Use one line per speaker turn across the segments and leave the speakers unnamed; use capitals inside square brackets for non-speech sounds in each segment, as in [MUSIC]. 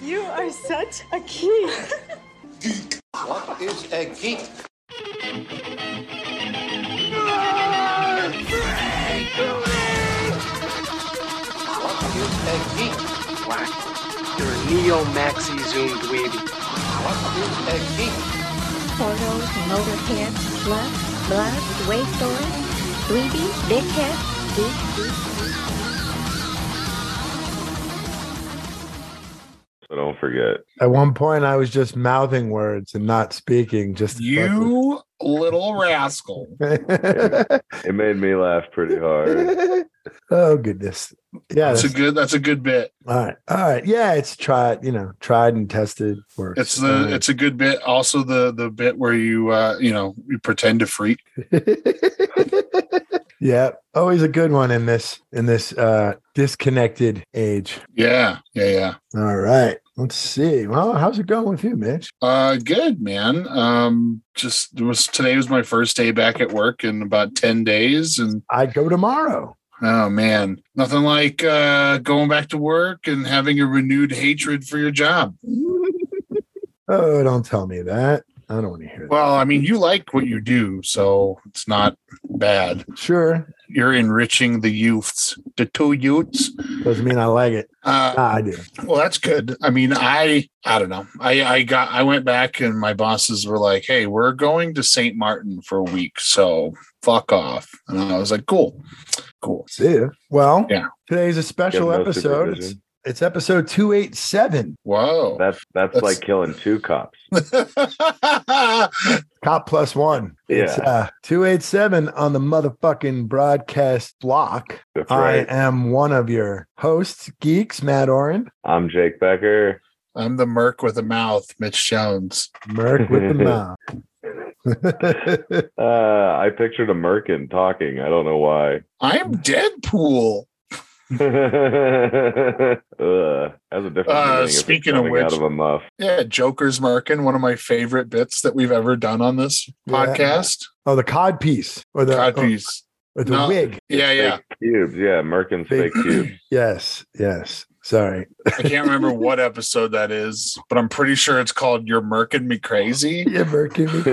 You are such a geek.
What is a geek? What is a geek?
You're a neo maxi zoom dweeby.
What is a geek?
Portals, motorhead, slut, blood, wasteland, 3D, dickhead, geek, geek,
So don't forget.
At one point, I was just mouthing words and not speaking. Just to
You little rascal.
fuck
It made me laugh pretty
[LAUGHS]
hard.
with- [LAUGHS] oh goodness! Yeah,
That's a
that's-
good that's a good bit.
all right, all right. Yeah, it's tried. You know, tried and tested. Works.
It's the it's a good bit. Also the the bit where you uh you know you pretend to freak.
yeah, always a good one in this in this uh disconnected age.
Yeah, yeah, yeah.
All right, let's see. Well, how's it going with you, Mitch?
Uh good man. Um just it was today was my first day back at work in about 10 days and
I go tomorrow.
oh man, nothing like uh going back to work and having a renewed hatred for your job.
Oh, don't tell me that. I don't want to hear
Well, I mean, you like what you do, so it's not bad.
that. Sure,
You're enriching the youths, the two youths.
doesn't mean I like it.
Uh,
Ah, I do.
Well, that's good. I mean, I I don't know. I I got I went back and my bosses were like, "Hey, we're going to St. Martin for a week, so fuck off." And I was like, "Cool, cool."
See ya. Well,
Yeah.
today's a
Give
special
no
episode. It's,
supervision.
it's episode 287,
Whoa,
That's, that's
That's-
like killing two
[LAUGHS]
cops.
cop plus one. It's
Yeah.
uh, 287 on the motherfucking broadcast block.
That's
I
right.
am one of your hosts, geeks, Matt Oren,
I'm Jake Becker.
[LAUGHS] I'm the Merc with a mouth, Mitch Jones.
Merc with
[LAUGHS]
the mouth.
Uh, I pictured a merkin talking. I don't know why. [LAUGHS]
I'm Deadpool.
Ugh, that's a different.
Uh,
feeling if it's
speaking of
coming
which-
out of a muff.
Yeah, Joker's Merkin, one of my favorite bits that we've ever done on this
Yeah.
podcast.
[LAUGHS] oh, the cod piece or the,
God,
or,
peace.
or the
No.
wig.
Yeah, yeah.
Fake cubes. Yeah, merkin's
Fake-
fake cubes.
Yes, yes.
[LAUGHS]
Sorry.
I can't remember what episode that is, but I'm pretty sure it's called "You're Merkin Me Crazy."
Yeah, Merc. give
[LAUGHS]
me- [LAUGHS]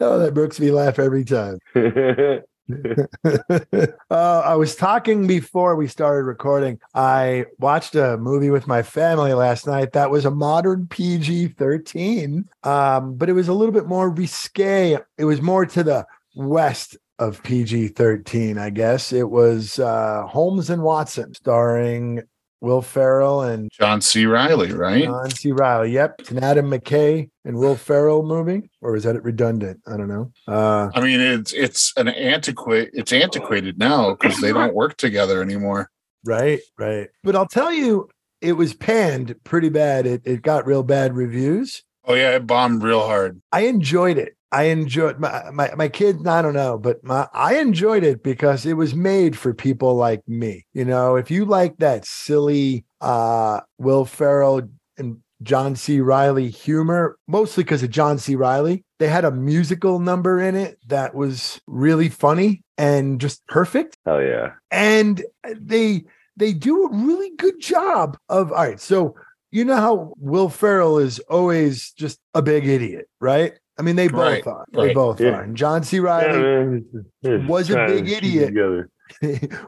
oh, that Brooks me laugh every time. [LAUGHS] uh, I was talking before we started recording. I watched a movie with my family last night that was a modern PG 13, um, but it was a little bit more risque. It was more to the west of PG 13, I guess. It was uh, Holmes and Watson, starring Will Ferrell and
John C. Riley, right?
John C. Riley. Yep. It's an Adam McKay and Will Ferrell movie, or is that redundant? I don't know. Uh,
I mean, it's it's an antiquate. It's antiquated now because they don't work together anymore.
Right, right. But I'll tell you, it was panned pretty bad. It it got real bad reviews.
Oh yeah, it bombed real hard.
I enjoyed it. I enjoyed my my my kids. I don't know, but my I enjoyed it because it was made for people like me. You know, if you like that silly uh, Will Ferrell and John C. Riley humor, mostly because of John C. Riley, they had a musical number in it that was really funny and just perfect
[LAUGHS] Hell yeah.
and they they do a really good job of all right so you know how will ferrell is always just a big idiot right i mean they both
Right,
are they
right.
both
Yeah.
are and john c riley [LAUGHS] was a big idiot.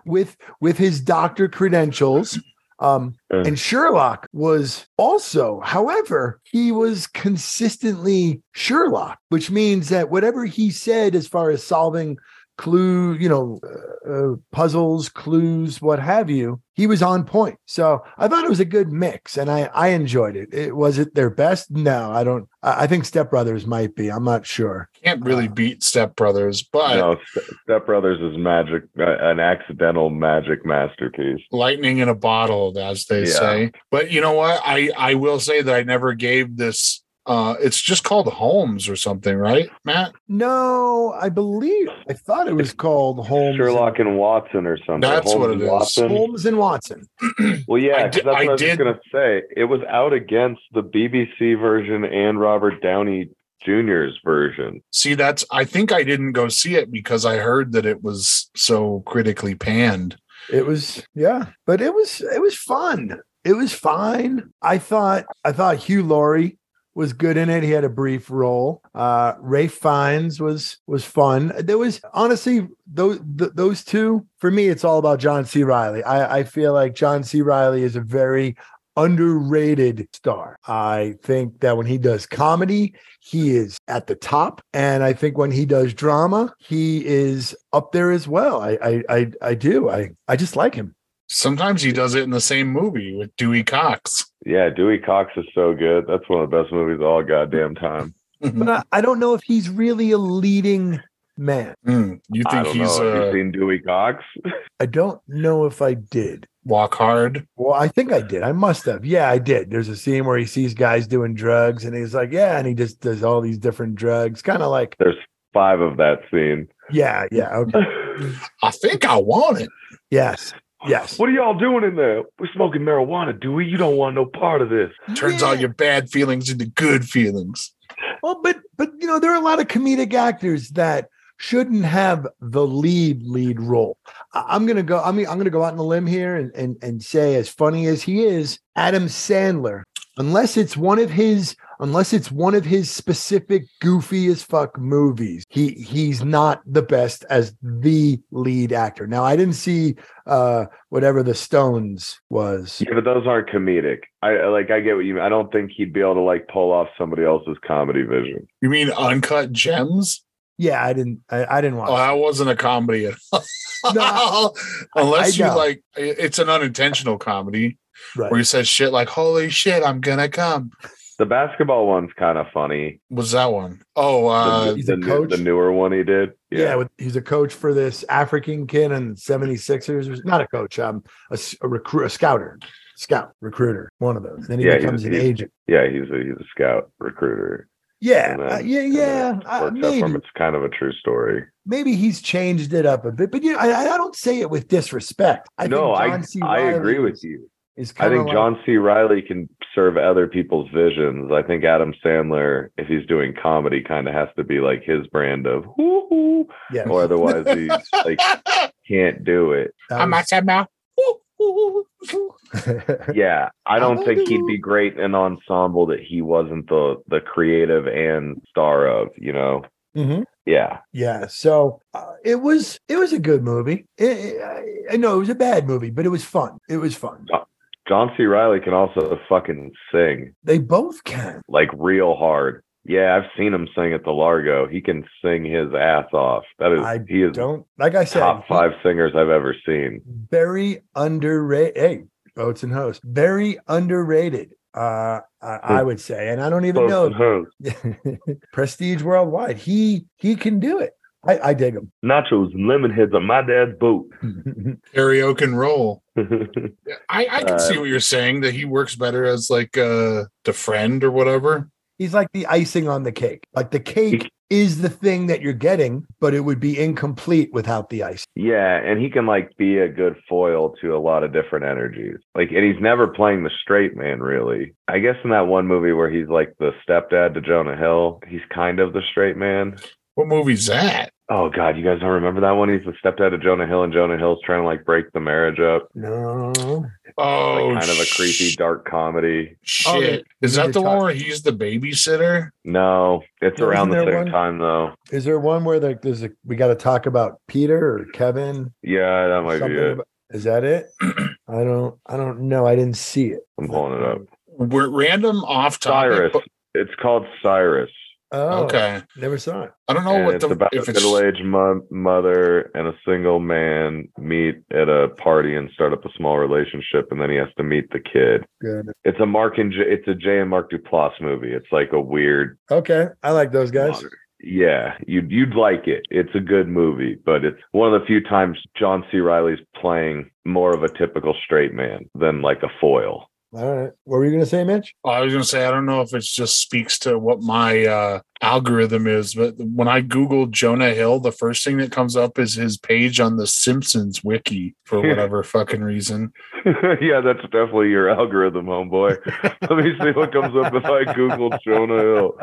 with with his doctor credentials um
Uh.
and sherlock was also however he was consistently sherlock which means that whatever he said as far as solving clue you know uh, uh, puzzles clues what have you he was on point so i thought it was a good mix and i i enjoyed it it was it their best no i don't i, I think step brothers might be i'm not sure
Can't really beat Step Brothers, but
No, Ste- Step Brothers is magic, uh, an accidental magic masterpiece.
lightning in a bottle, as they
Yeah.
say. But you know what? I I will say that I never gave this. uh It's just called Holmes or something, right, Matt?
no i believe i thought it was called holmes
Sherlock and Watson or something.
That's
Holmes
what
and
it is.
Watson.
holmes and watson
Well,
I
yeah,
di-
'cause that's
I
what I was
did-
just gonna say. It was out against the BBC version and Robert Downey Jr.'s version.
See, that's I think I didn't go see it because I heard that it was so critically panned.
it was yeah but it was it was fun It was fine. I thought I thought Hugh Laurie was good in it. He had a brief role. Uh, Ray Fiennes was was fun. There was honestly those th- those two for me. It's all about John C. Riley. I, I feel like John C. Riley is a very underrated star. I think that when he does comedy, he is at the top, and I think when he does drama, he is up there as well. I I I, I do. I I just like him.
Sometimes he does it in the same movie with Dewey Cox. [LAUGHS]
Yeah, Dewey Cox is so good. That's one of the best movies of all goddamn time.
But I, I don't know if he's really a leading man.
Mm, you
I
think
don't
he's
know. Have
uh,
you seen Dewey Cox?
I don't know if I did.
walk hard?
Well, I think I did. I must have. Yeah, I did. There's a scene where he sees guys doing drugs and he's like, yeah, and he just does all these different drugs. Kind of like,
There's five of that
[SIGHS]
scene.
yeah, yeah, okay.
I think I want it.
Yes. Yes.
What are y'all doing in there? We're smoking marijuana, Dewey. You don't want no part of this.
Turns all
Yeah.
your bad feelings into good feelings.
Well, but but you know, there are a lot of comedic actors that shouldn't have the lead lead role. I- I'm gonna go, I mean, I'm gonna go out on a limb here and and, and say, as funny as he is, Adam Sandler, unless it's one of his unless it's one of his specific goofy as fuck movies, he he's not the best as the lead actor. Now I didn't see uh whatever the Stones was.
Yeah, but those aren't comedic. I I- like. I get what you mean. I don't think he'd be able to like pull off somebody else's comedy vision.
You mean Uncut Gems?
Yeah, I didn't I, I didn't watch.
Oh, that wasn't a comedy at all. [LAUGHS] Unless
I
you
know.
like, it's an unintentional comedy
Right.
where he says shit like, holy shit, I'm gonna come.
The basketball one's kind of funny.
What's that one?
The,
Oh, uh,
he's
the,
a
new-
coach?
the newer one he did.
Yeah, with, he's a coach for this African kid and 76ers. Or- Not a coach, um, a, s- a recruit, a scouter, scout, recruiter, one of those. And then he
Yeah, he
becomes
was-
an
he-
agent.
yeah. He's a he's a scout recruiter.
Yeah,
and then-
uh, yeah,
and then
yeah.
it
Uh,
works out from
maybe,
it's kind of a true story.
maybe he's changed it up a bit, but you know, I, I don't say it with disrespect. I
no,
think
I
John C.
I
Reilly
agree with
is-
you.
Is
I
kinda
think
like-
John C. Riley can serve other people's visions. I think Adam Sandler, if he's doing comedy, kind of has to be like his brand of
[LAUGHS]
woo
Yeah,
or otherwise he like can't do it.
that
[LAUGHS] I'm
was-
outside now.
Yeah, I don't think he'd
Hallelujah.
be great in an ensemble that he wasn't the the creative and star of. You know?
Mhm.
Yeah,
[LAUGHS] Yeah, so uh, it was it was a good movie. It, it, I- I know it was a bad movie, but it was fun. It was fun.
John C. Riley can also fucking sing
They both can.
like real hard. Yeah, I've seen him sing at the Largo. He can sing his ass off. That is,
I
he is
Don't like I said.
top five singers I've ever seen.
Very underrated. Hey, boats and hosts. Very underrated. Uh, I, I would say, and I don't even know [LAUGHS] prestige worldwide. He he can do it. I, I dig him. [LAUGHS]
Nachos and lemon heads on my dad's [LAUGHS] boot.
Karaoke and roll.
yeah,
I, I can
Uh,
see what you're saying that he works better as like uh, the friend or whatever.
He's like the icing on the cake. Like the cake is the thing that you're getting, but it would be incomplete without the ice.
and he can like be a good foil to a lot of different energies. Like, and he's never playing the straight man, really. I guess in that one movie where he's like the stepdad to Jonah Hill, he's kind of the straight man.
What movie's that?
Oh God, you guys don't remember that one? He's the stepdad to Jonah Hill, and Jonah Hill's trying to like break the marriage up.
No,
Like,
Oh,
kind of a creepy,
sh-
dark comedy.
Oh,
shit.
they-
Is
they
that the one
talk-
where he's the babysitter?
No, it's
Wasn't
around the
there
same
one-
time though.
is there one where like there's a we got to talk about Peter or Kevin?
Yeah, that might
Something
be it.
about- is
[CLEARS THROAT]
that it? I don't I don't know. I didn't see it.
I'm pulling it up.
We're random off topic.
Cyrus.
but-
It's called Cyrus.
Oh,
Okay.
Never saw it.
I don't know
and
what
it's
the
about
if
a
it's
middle-aged mo- mother and a single man meet at a party and start up a small relationship, and then he has to meet the kid.
Good.
It's a Mark and J- it's a J and Mark Duplass movie. It's like a weird,
Okay, I like those guys.
modern- yeah, you'd you'd like it. It's a good movie, but it's one of the few times John C. Riley's playing more of a typical straight man than like a foil. [LAUGHS]
All right, what were you gonna say, Mitch?
I was gonna say I don't know if it just speaks to what my uh, algorithm is, but when I Google Jonah Hill, the first thing that comes up is his page on the Simpsons wiki
[LAUGHS]
for whatever fucking reason.
yeah, that's definitely your algorithm, homeboy. [LAUGHS] Let me see what comes up if I Google Jonah Hill.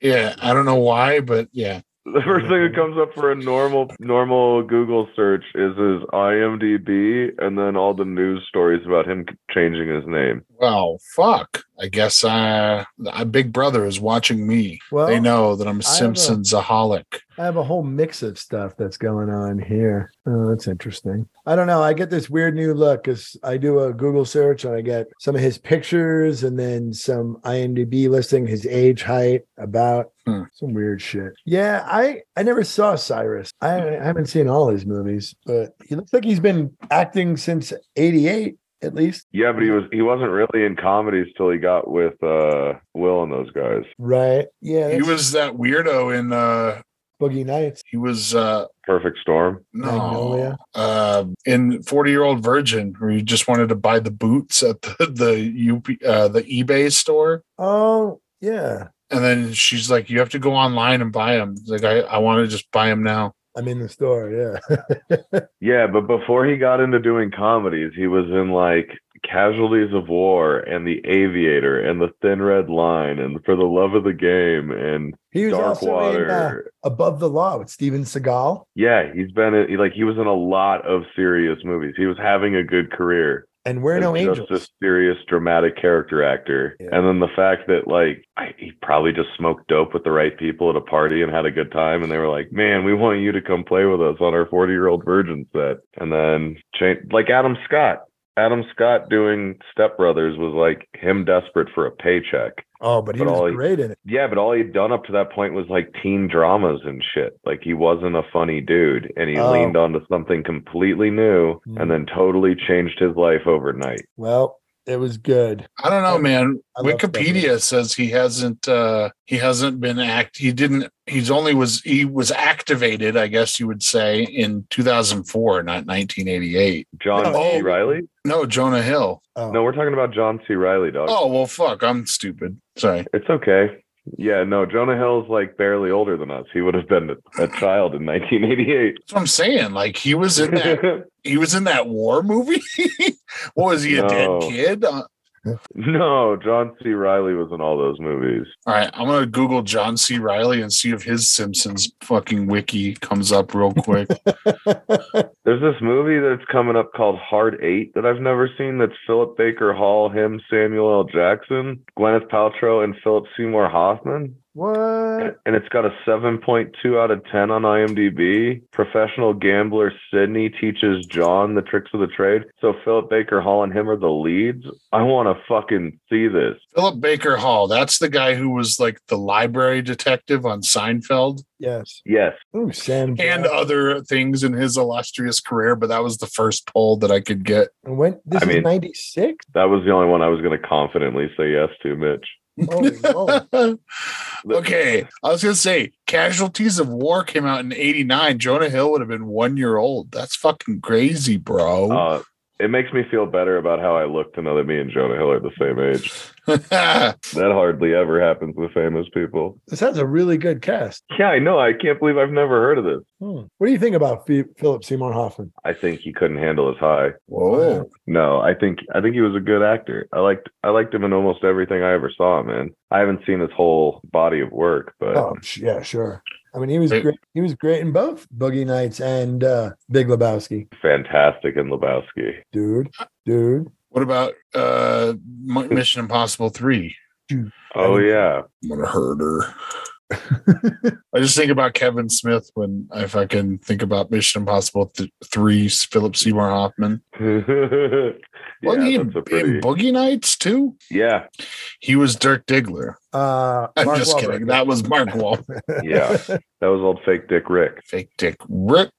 Yeah, I don't know why, but yeah,
The first thing that comes up for a normal normal Google search is his IMDb, and then all the news stories about him changing his name.
Well, fuck. I guess uh, I, Big Brother is watching me.
Well,
they know that I'm a
have a-
Simpsonsaholic.
I have a whole mix of stuff that's going on here. Oh, that's interesting. I don't know. I get this weird new look because I do a Google search and I get some of his pictures and then some IMDb listing his age, height, about
Hmm.
some weird shit. Yeah, I I never saw Cyrus. I, I haven't seen all his movies, but he looks like he's been acting since '88 at least.
Yeah, but he was he wasn't really in comedies till he got with uh, Will and those guys.
Right? Yeah.
He
that's
was that weirdo in uh
Boogie Nights.
he was uh
Perfect Storm.
no
Magnolia.
uh in 40 year old virgin where you just wanted to buy the boots at the [LAUGHS] the UP uh the eBay store
Oh yeah.
and then she's like you have to go online and buy them like I I want to just buy them now
I'm in the store. Yeah. [LAUGHS]
Yeah, but before he got into doing comedies, he was in like Casualties of War and The Aviator and The Thin Red Line and For the Love of the Game and
He was
Dark
also in uh,
Water.
Above the Law with Steven Seagal.
Yeah, he's been in, he- like he was in a lot of serious movies. He was having a good career.
And we're
as
no
just
angels.
a serious dramatic character actor.
Yeah.
And then the fact that like I, he probably just smoked dope with the right people at a party and had a good time, and they were like, "Man, we want you to come play with us on our forty-year-old virgin set." And then change like Adam Scott. Adam Scott doing Step Brothers was like him desperate for a paycheck.
oh, but he
but all
was
he-
great in it.
Yeah, but all he'd done up to that point was like teen dramas and shit. Like he wasn't a funny dude, and he
Oh.
leaned onto something completely new,
Mm.
and then totally changed his life overnight.
Well, it was good.
I don't know man
I love
Wikipedia says he hasn't uh he hasn't been act he didn't he's only was he was activated I guess you would say in 2004 not 1988
John
Oh.
C. Riley.
no Jonah Hill
Oh,
No, we're talking about John C. Riley, dog.
Oh well, fuck! I'm stupid. Sorry.
It's okay. Yeah, no, Jonah Hill's like barely older than us. He would have been a a child in 1988.
That's what I'm saying. Like he was in
[LAUGHS]
that. he was in that war movie. [LAUGHS] what was he a
No.
dead kid? Uh,
[LAUGHS] no, John C. Riley was in all those movies.
all right, I'm gonna Google John C. Riley and see if his Simpsons fucking wiki comes up real quick.
There's this movie that's coming up called Hard Eight that I've never seen. That's Philip Baker Hall, him, Samuel L. Jackson, Gwyneth Paltrow, and Philip Seymour Hoffman.
what?
And it's got a 7.2 out of 10 on IMDb. Professional gambler Sydney teaches John the tricks of the trade. So Philip Baker Hall and him are the leads. I want to fucking see this.
Philip Baker Hall. That's the guy who was like the library detective on Seinfeld
Yes.
Yes.
Ooh, Sam.
and
Jack-
other things in his illustrious career. But that was the first poll that I could get.
and when this
I
is
mean-
'96.
That was the only one I was going to confidently say yes to, Mitch. [LAUGHS]
Holy moly.
[LAUGHS] okay, I was gonna say Casualties of War came out in '89. Jonah Hill would have been one year old. That's fucking crazy, bro.
Uh, it makes me feel better about how I look to know that me and Jonah Hill are the same age. That hardly ever happens with famous people.
This has a really good cast.
Yeah, I know. I can't believe I've never heard of this.
Hmm. What do you think about Phi- Philip Seymour Hoffman?
I think he couldn't handle his high.
[LAUGHS] Whoa,
No, I think I think he was a good actor. I liked I liked him in almost everything I ever saw him in. I haven't seen his whole body of work, but
Oh, sh- yeah, sure. I mean, he was
Hey.
great. He was great in both Boogie Nights and uh, Big Lebowski.
fantastic in Lebowski.
Dude, dude.
what about uh, M- Mission Impossible Three?
Oh yeah, [LAUGHS]
I'm gonna hurt her. I just think about Kevin Smith when I fucking think about Mission Impossible th- Three. Philip Seymour Hoffman.
yeah,
Wasn't he in,
that's a pretty.
in Boogie Nights too?
Yeah,
He was Dirk Diggler. [LAUGHS]
Uh,
I'm
Mark
just
Wahlberg.
kidding. That was Mark
[LAUGHS]
Wahlberg.
yeah,
[LAUGHS]
that was old fake Dick Rick.
Fake Dick Rick.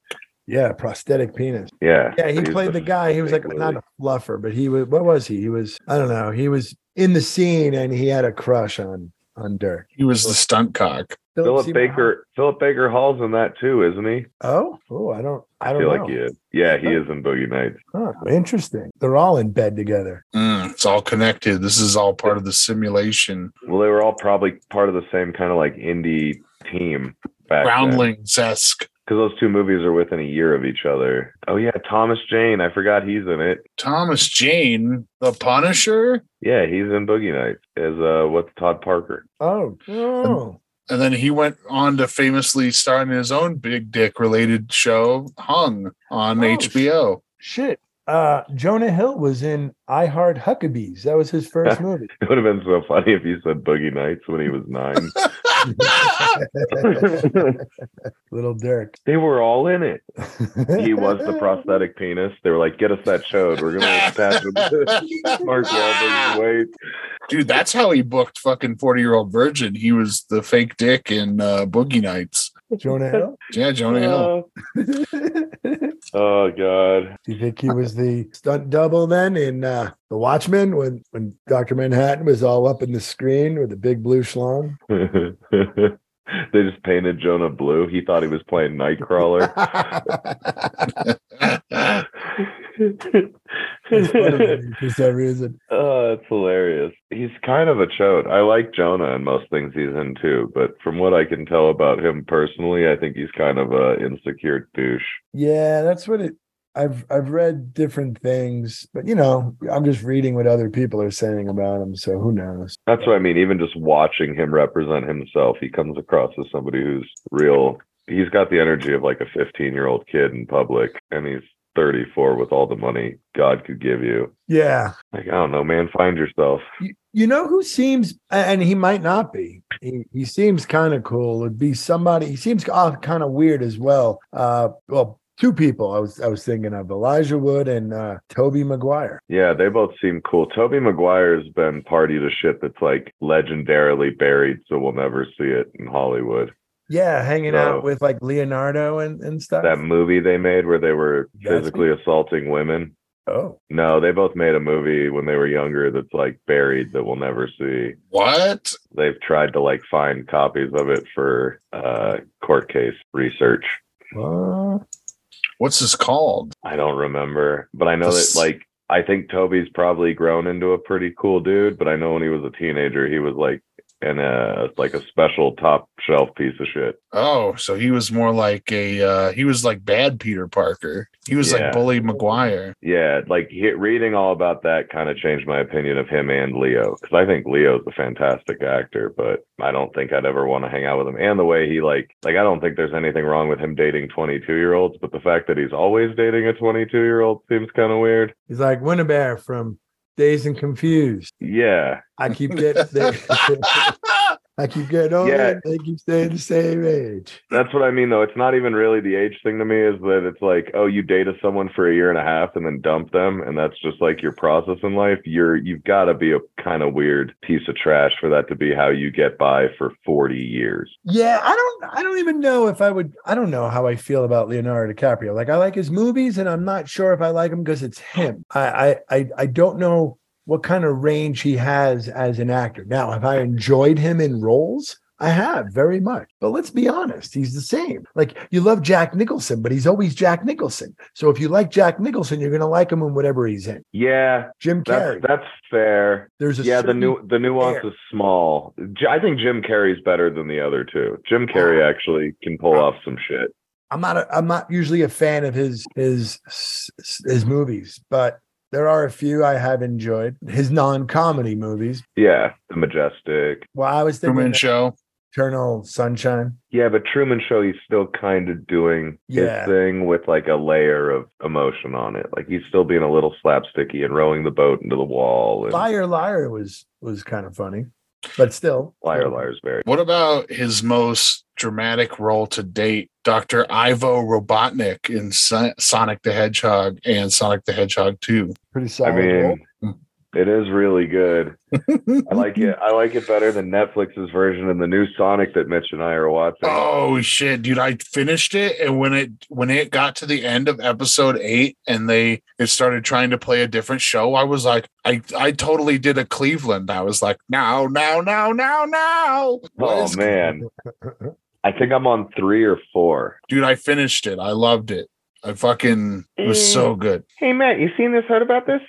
Yeah, prosthetic penis.
Yeah,
Yeah, he
was
played the guy. He was like
fake
not
Louie.
a fluffer, but he was. What was he? He was. I don't know. He was in the scene, and he had a crush on on Dirk.
He was the stunt cock.
Philip
Seymour
Baker. Philip Baker Hall's in that too, isn't he?
Hoffman. Oh, oh, I don't. I
I
don't
feel
know.
like he is. Yeah, he is in Boogie Nights.
Huh, interesting. They're all in bed together.
Mm, it's all connected. This is all part of the simulation.
Well, they were all probably part of the same kind of like indie team back then.
Groundlings esque.
because those two movies are within a year of each other. Oh yeah, Thomas Jane. I forgot he's in it.
Thomas Jane, the Punisher.
Yeah, he's in Boogie Nights as uh, what's Todd Parker?
Oh, oh.
And then he went on to famously star in his own big dick related show, Hung, on
Oh,
HBO.
Shit. Uh, Jonah Hill was in I Heart Huckabees. That was his
[LAUGHS]
first movie.
[LAUGHS]
[LAUGHS]
It would have been so funny if you said Boogie Nights when he was nine.
Little Dirk.
they were all in it. He was the prosthetic penis. They were like, "Get us that showed. We're gonna attach him to
[LAUGHS]
Mark Wahlberg's waist."
Dude, that's how he booked fucking 40 year old virgin. He was the fake dick in uh, Boogie Nights.
[LAUGHS] Jonah Hill.
Yeah, Jonah
Uh,
Hill.
[LAUGHS] Oh god. [LAUGHS]
Do you think he was the stunt double then in uh, The Watchmen when when Doctor Manhattan was all up in the screen with the big blue schlong? [LAUGHS]
they just painted Jonah blue. He thought he was playing
[LAUGHS]
Nightcrawler.
It's funny to me for some reason.
Oh, that's hilarious. He's kind of a chode. I like Jonah in most things he's in too, but from what I can tell about him personally, I think he's kind of a insecure douche.
Yeah, that's what it. I've I've read different things, but you know, I'm just reading what other people are saying about him. So who knows?
That's what I mean. Even just watching him represent himself, he comes across as somebody who's real. He's got the energy of like a 15 year old kid in public, and he's 34 with all the money God could give you.
Yeah,
Like, I don't know, man, find yourself.
You, you know who seems, and he might not be. He, he seems kind of cool. It'd be somebody. He seems uh, kind of weird as well. Uh, well, two people. I was I was thinking of Elijah Wood and uh, Toby Maguire.
Yeah, they both seem cool. Toby Maguire's been party to shit that's like legendarily buried, so we'll never see it in Hollywood.
Yeah, hanging
No.
out with like Leonardo and and stuff.
Oh. That movie they made where they were
Gatsby?
physically assaulting women.
oh,
No, they both made a movie when they were younger that's like buried that we'll never see.
What?
They've tried to like find copies of it for uh court case research.
well,
What's this called?
I don't remember, but I know that
This-
like I think Toby's probably grown into a pretty cool dude, but I know when he was a teenager he was like in a like a special top shelf piece of shit.
Oh, so he was more like a uh he was like bad Peter Parker. He was
Yeah.
like bully McGuire.
Yeah, like he, reading all about that kind of changed my opinion of him and Leo because I think Leo's a fantastic actor, but I don't think I'd ever want to hang out with him. And the way he like, like I don't think there's anything wrong with him dating 22 year olds, but the fact that he's always dating a 22 year old seems kind of weird.
he's like Winnebear from Days and Confused.
Yeah,
I
[LAUGHS]
keep getting they, [LAUGHS] I keep getting older.
Yeah.
and They keep staying the same age.
that's what I mean though. It's not even really the age thing to me is that it's like, oh, you dated someone for a year and a half and then dump them, and that's just like your process in life. You're you've got to be a kind of weird piece of trash for that to be how you get by for 40 years.
Yeah, I don't I don't even know if I would I don't know how I feel about Leonardo DiCaprio. Like I like his movies and I'm not sure if I like him because it's him. I I I, I don't know what kind of range he has as an actor. Now, have I enjoyed him in roles? I have very much. But let's be honest, he's the same. Like you love Jack Nicholson, but he's always Jack Nicholson. So if you like Jack Nicholson, you're going to like him in whatever he's in.
Yeah,
Jim
That's
Carrey.
that's fair.
there's a
yeah, the
certain-
new the nuance
fair.
is small. J- I think Jim Carrey's better than the other two. Jim Carrey actually can pull off some shit.
I'm not a, I'm not usually a fan of his his his movies, but there are a few I have enjoyed. His non-comedy movies.
Yeah, the majestic.
Well, I was thinking
Truman
of
Show.
Eternal Sunshine.
Yeah, but Truman Show he's still kind of doing
Yeah.
his thing with like a layer of emotion on it. Like he's still being a little slapsticky and rowing the boat into the wall. And
Liar Liar was was kind of funny, but still
liar, liar's very.
What about his most dramatic role to date, Dr. Ivo Robotnik in Son- Sonic the Hedgehog and Sonic the Hedgehog 2?
pretty
I
solid. role.
mean, it is really good. I like it. I like it better than Netflix's version and the new Sonic that Mitch and I are watching.
Oh shit, dude! I finished it, and when it when it got to the end of episode eight, and they it started trying to play a different show, I was like, I I totally did a Cleveland. I was like, now, now, now, now, now. What
Oh
is-
man.
[LAUGHS]
I think I'm on three or four.
dude! I finished it. I loved it. I fucking it was so
Mm.
good.
Hey Matt, you seen this? Heard about this?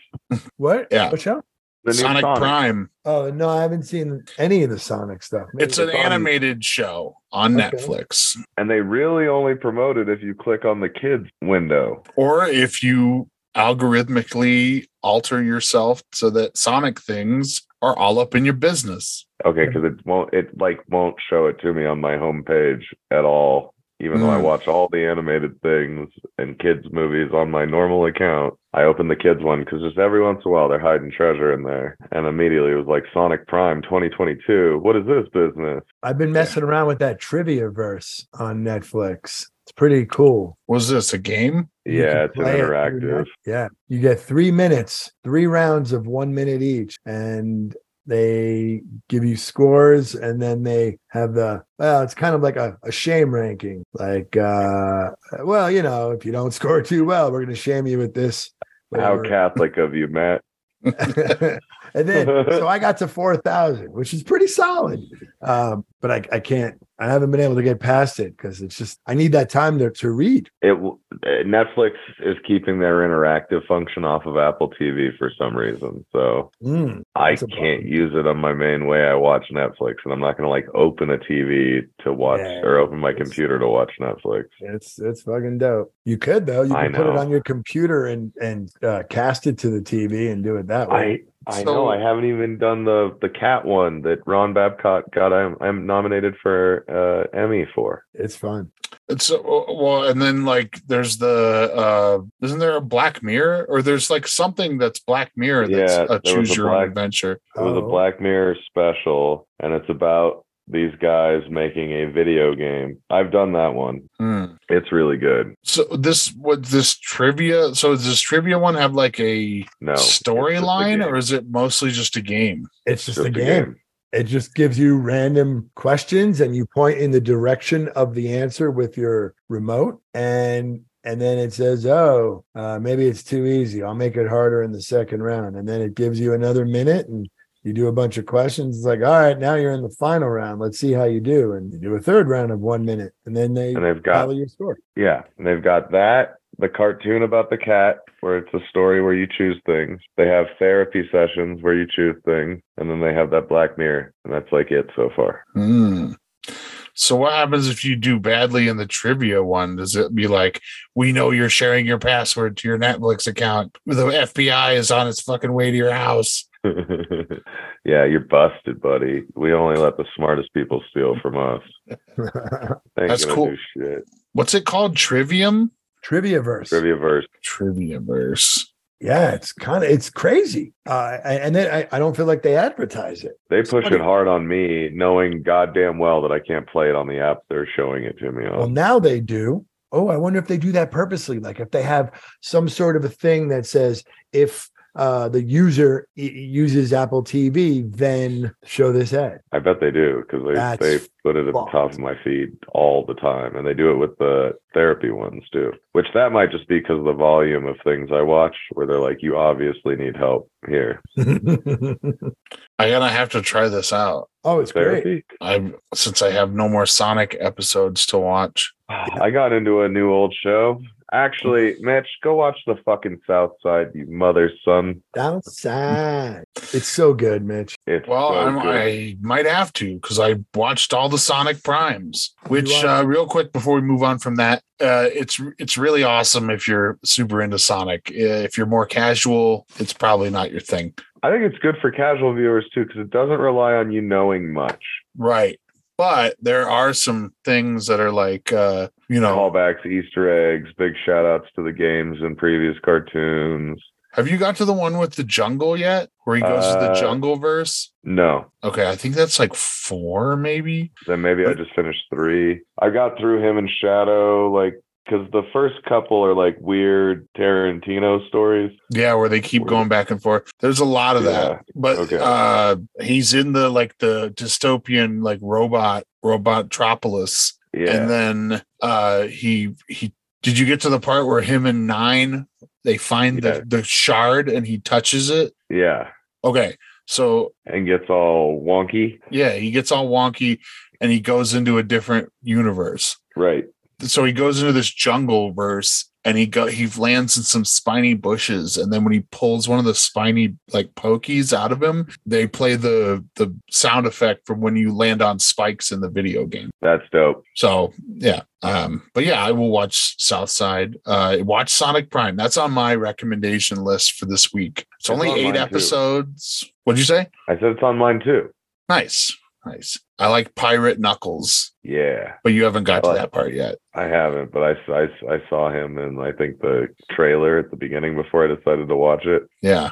what?
Yeah.
What show?
The new
Sonic,
Sonic.
Prime.
Oh no, I haven't seen any of the Sonic stuff. Maybe
It's an
on-
animated show on
Okay.
Netflix.
And they really only promote it if you click on the kids window.
or if you algorithmically alter yourself so that sonic things are all up in your business
Okay, because it won't it like won't show it to me on my homepage at all. Even though I
Mm.
watch all the animated things and kids movies on my normal account, I open the kids one because just every once in a while they're hiding treasure in there, and immediately it was like Sonic Prime 2022. What is this business?
I've been messing around with that trivia verse on Netflix. It's pretty cool.
Was this a game?
You can
Yeah, it's an
play it through
interactive.
that. yeah. You get three minutes, three rounds of one minute each. And they give you scores and then they have the well, it's kind of like a, a shame ranking. Like uh well, you know, if you don't [LAUGHS] score too well, we're gonna shame you with this.
How
whatever.
Catholic of you, Matt.
[LAUGHS] and
[LAUGHS]
then so I got to four thousand, which is pretty solid. Um, but I, I can't I haven't been able to get past it because it's just I need that time to, to read.
It w- uh, Netflix is keeping their interactive function off of Apple TV for some reason, so
Mm.
I
That's a
can't
bummer.
use it on my main way. I watch Netflix, and I'm not gonna like open a TV to watch
Yeah,
or open my
it's-
computer to watch Netflix.
It's it's fucking dope. You could though. You
I
could put it
know.
on your computer and and uh, cast it to the TV and do it that way.
I I
So-
know I haven't even done the the cat one that Ron Babcock got. I'm I'm nominated for uh, Emmy for.
it's fun.
It's uh, well, and then like there's the uh isn't there a Black Mirror or there's like something that's Black Mirror that's
Yeah,
a
there was
choose
a
your
Black-
own adventure.
It was a
Oh.
Black Mirror special, and it's about these guys making a video game. I've done that one.
Hmm.
It's really good.
So this would this trivia? So does this trivia one have like a
No it's just a
storyline,
game.
or is it mostly just a game?
It's just, a game. It just gives you random questions and you point in the direction of the answer with your remote and and then it says, "Oh, uh, maybe it's too easy. I'll make it harder in the second round." And then it gives you another minute and you do a bunch of questions. It's like, "All right, now you're in the final round. Let's see how you do." And you do a third round of 1 minute and then they
And they've got
tally your score.
Yeah, and they've got that the cartoon about the cat, where it's a story where you choose things. They have therapy sessions where you choose things, and then they have that Black Mirror, and that's like it so far. [LAUGHS]
Hmm. So what happens if you do badly in the trivia one? Does it be like we know you're sharing your password to your Netflix account? The FBI is on its fucking way to your house.
yeah, you're busted, buddy. We only let the smartest people steal from us. They ain't
That's
gonna
cool.
do shit.
What's it called? Trivium?
[LAUGHS] Trivia verse.
Trivia verse.
Trivia verse.
Yeah, it's kind of it's crazy. Uh, I- and then I, I don't feel like they advertise it.
They push
funny.
it hard on me, knowing goddamn well that I can't play it on the app they're showing it to me on.
Well, now they do. Oh, I wonder if they do that purposely. Like if they have some sort of a thing that says if uh, the user i- uses Apple TV, then show this ad. [LAUGHS]
I bet they do because
That's
they, they put it at the
fucked.
top of my feed all the time, and they do it with the therapy ones too. Which that might just be because of the volume of things I watch, where they're like, "You obviously need help here."
I gotta have to try this out.
oh, it's great.
Therapy.
I since I have no more Sonic episodes to watch.
I got into a new old show. Actually, Mitch, go watch the fucking South Side, you mother son.
Outside. It's so good, Mitch.
It's
Well,
so
I'm,
good.
I might have to because I watched all the Sonic Primes. Which,
You
uh,
are-
real quick before we move on from that, uh, it's it's really awesome if you're super into Sonic. Uh, If you're more casual, it's probably not your thing,
I think it's good for casual viewers too because it doesn't rely on you knowing much.
right? But there are some things that are like, uh, you know,
Callbacks, Easter eggs, big shout outs to the games and previous cartoons.
have you got to the one with the jungle yet, where he goes to the
Uh,
jungle verse?
No,
Okay, I think that's like four, maybe.
Then maybe I just finished three. I got through him and Shadow, like, because the first couple are like weird Tarantino stories.
Yeah, where they keep going back and forth. There's a lot of
Yeah,
that. But
okay.
uh he's in the like the dystopian like robot robotropolis.
Yeah.
And then uh he he did you get to the part where him and nine they find
Yeah.
the, the shard and he touches it?
yeah.
Okay. So
And gets all wonky.
yeah, he gets all wonky and he goes into a different universe.
Right.
so he goes into this jungle verse and he go he lands in some spiny bushes and then when he pulls one of the spiny like pokies out of him they play the the sound effect from when you land on spikes in the video game
That's dope.
so yeah um but yeah i will watch southside uh watch sonic prime that's on my recommendation list for this week it's,
It's
only
on
eight
mine, too.
episodes what'd you say
I said it's on mine too.
Nice. Nice. I like Pirate Knuckles,
Yeah,
but you haven't got
I
to
like-
that part yet.
I haven't, but I, I, I saw him in I think the trailer at the beginning before I decided to watch it.
Yeah.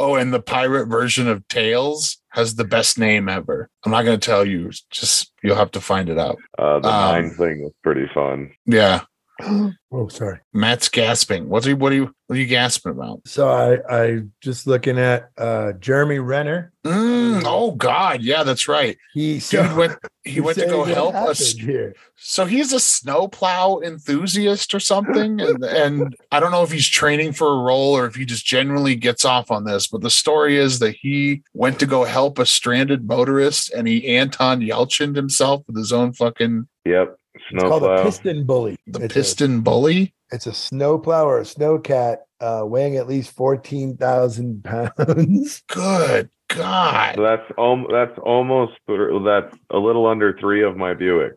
Oh, and the pirate version of Tails has the best name ever. I'm not going to tell you. It's Just you'll have to find it out.
Uh, the
Ah.
Um,
nine thing was pretty fun.
Yeah.
Oh, sorry.
Matt's gasping. What's he? What are you? What are you gasping about?
So I I just looking at uh Jeremy Renner.
Mm, oh God. Yeah, that's right.
He
Dude
said
went. [LAUGHS] He went to
said
go
what
help us.
happened here.
So he's a snowplow enthusiast or something, and, and I don't know if he's training for a role or if he just generally gets off on this. But the story is that he went to go help a stranded motorist, and he Anton Yelchined himself with his own fucking
Yep,
It's called the
snowplow.
piston bully.
the
It's a-
piston bully.
It's a snowplow or a snowcat uh, weighing at least 14,000 [LAUGHS] pounds.
Good God!
[LAUGHS] So that's um, that's almost that's a little under three of my Buicks.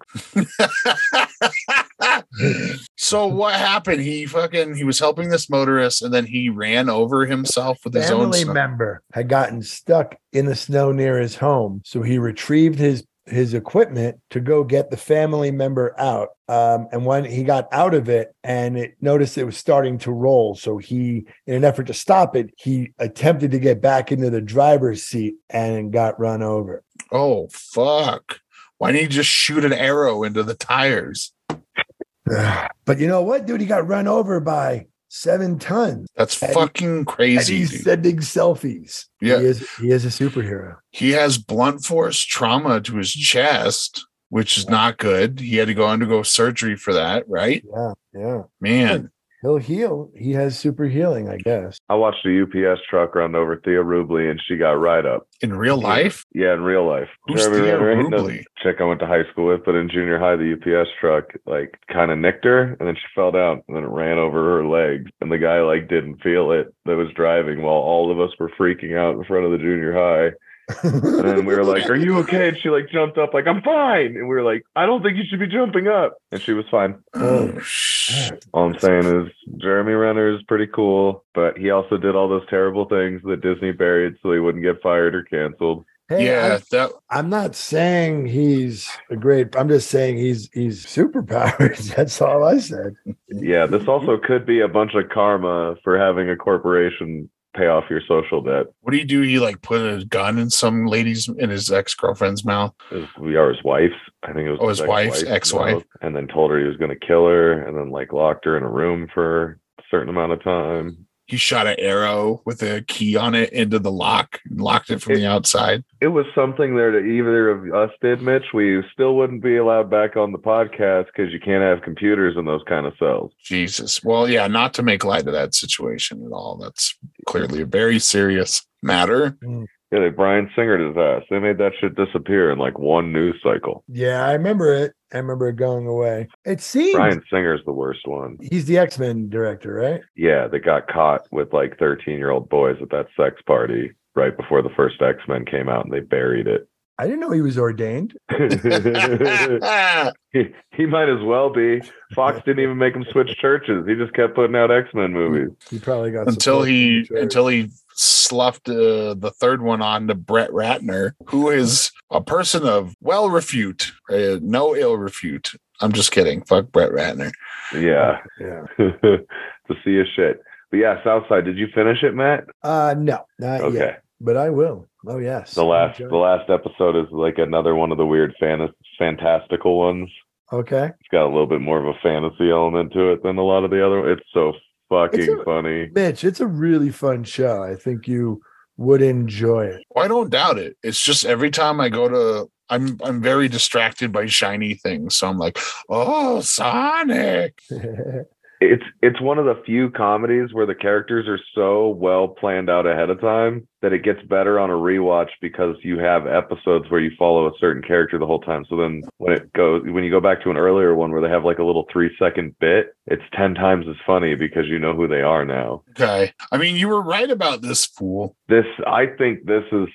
so what happened? He fucking he was helping this motorist, and then he ran over himself with his own.
Family
snow-
member had gotten stuck in the snow near his home. So he retrieved his his equipment to go get the family member out. Um, and when he got out of it and it noticed it was starting to roll. So he, in an effort to stop it, he attempted to get back into the driver's seat and got run over.
Oh fuck! Why didn't he just shoot an arrow into the tires?
[SIGHS] but you know what, dude? He got run over by seven tons.
That's
And he-
fucking crazy.
and he's
dude.
sending selfies.
yeah,
He is he is a superhero.
he has blunt force trauma to his chest, which is not good. He had to go undergo surgery for that, right?
Yeah, yeah.
Man,
He'll heal. He has super healing, I guess. [LAUGHS]
I watched a UPS truck run over Thea Rubley, and she got right up.
in real life,
Yeah, in real life.
Who's
Jeremy
Thea
Renner ain't no
Rubley?
Chick I went to high school with, but in junior high, the UPS truck like kind of nicked her, and then she fell down, and then it ran over her legs, and the guy like didn't feel it that was driving, while all of us were freaking out in front of the junior high. And then we were like, "Are you okay?" And she like jumped up, like, "I'm fine." And we were like, "I don't think you should be jumping up." And she was fine.
oh, shit.
All I'm saying is Jeremy Renner is pretty cool, but he also did all those terrible things that Disney buried so he wouldn't get fired or canceled.
Hey,
yeah, that
I'm, I'm not saying he's a great. I'm just saying he's he's superpowered. [LAUGHS] That's all I said.
Yeah, this also could be a bunch of karma for having a corporation pay off your social debt.
what do you do? He like put a gun in some lady's in his ex girlfriend's mouth.
His- We are his wife's. I think it was
Oh, his wife's ex-wife.
And then told her he was going to kill her and then like locked her in a room for a certain amount of time.
He shot an arrow with a key on it into the lock and locked it from the outside.
It was something there that either of us did, Mitch. We still wouldn't be allowed back on the podcast because you can't have computers in those kind of cells.
Jesus. Well, yeah, not to make light of that situation at all. That's clearly a very serious matter. [LAUGHS]
Yeah, they Brian Singer his ass. They made that shit disappear in like one news cycle.
Yeah, I remember it. I remember it going away. It seems
Brian Singer's the worst one.
he's the X Men director, right?
Yeah, that got caught with like 13 year old boys at that sex party right before the first X Men came out and they buried it. [LAUGHS]
I didn't know he was ordained.
he, he might as well be. Fox didn't even make him switch churches. He just kept putting out X Men movies.
He probably got
until
support from
he
the church.
until he sloughed uh, the third one on to Brett Ratner, who is a person of well refute, uh, no ill refute. I'm just kidding. Fuck Brett Ratner.
Yeah. [LAUGHS]
yeah.
to see his shit. But yeah, Southside, did you finish it, Matt?
Uh no, not
Okay.
yet. But I will. Oh yes.
The last
Okay.
the last episode is like another one of the weird fan- fantastical ones.
Okay.
It's got a little bit more of a fantasy element to it than a lot of the other. It's so fucking
It's a-
funny.
Mitch, it's a really fun show. I think you would enjoy it. [LAUGHS]
Well, Oh, I don't doubt it. It's just every time I go to I'm I'm very distracted by shiny things. So I'm like, oh Sonic.
It's it's one of the few comedies where the characters are so well planned out ahead of time that it gets better on a rewatch because you have episodes where you follow a certain character the whole time. So then when it goes when you go back to an earlier one where they have like a little three second bit, it's ten times as funny because you know who they are now.
Okay. I mean, you were right about this fool.
this i think this is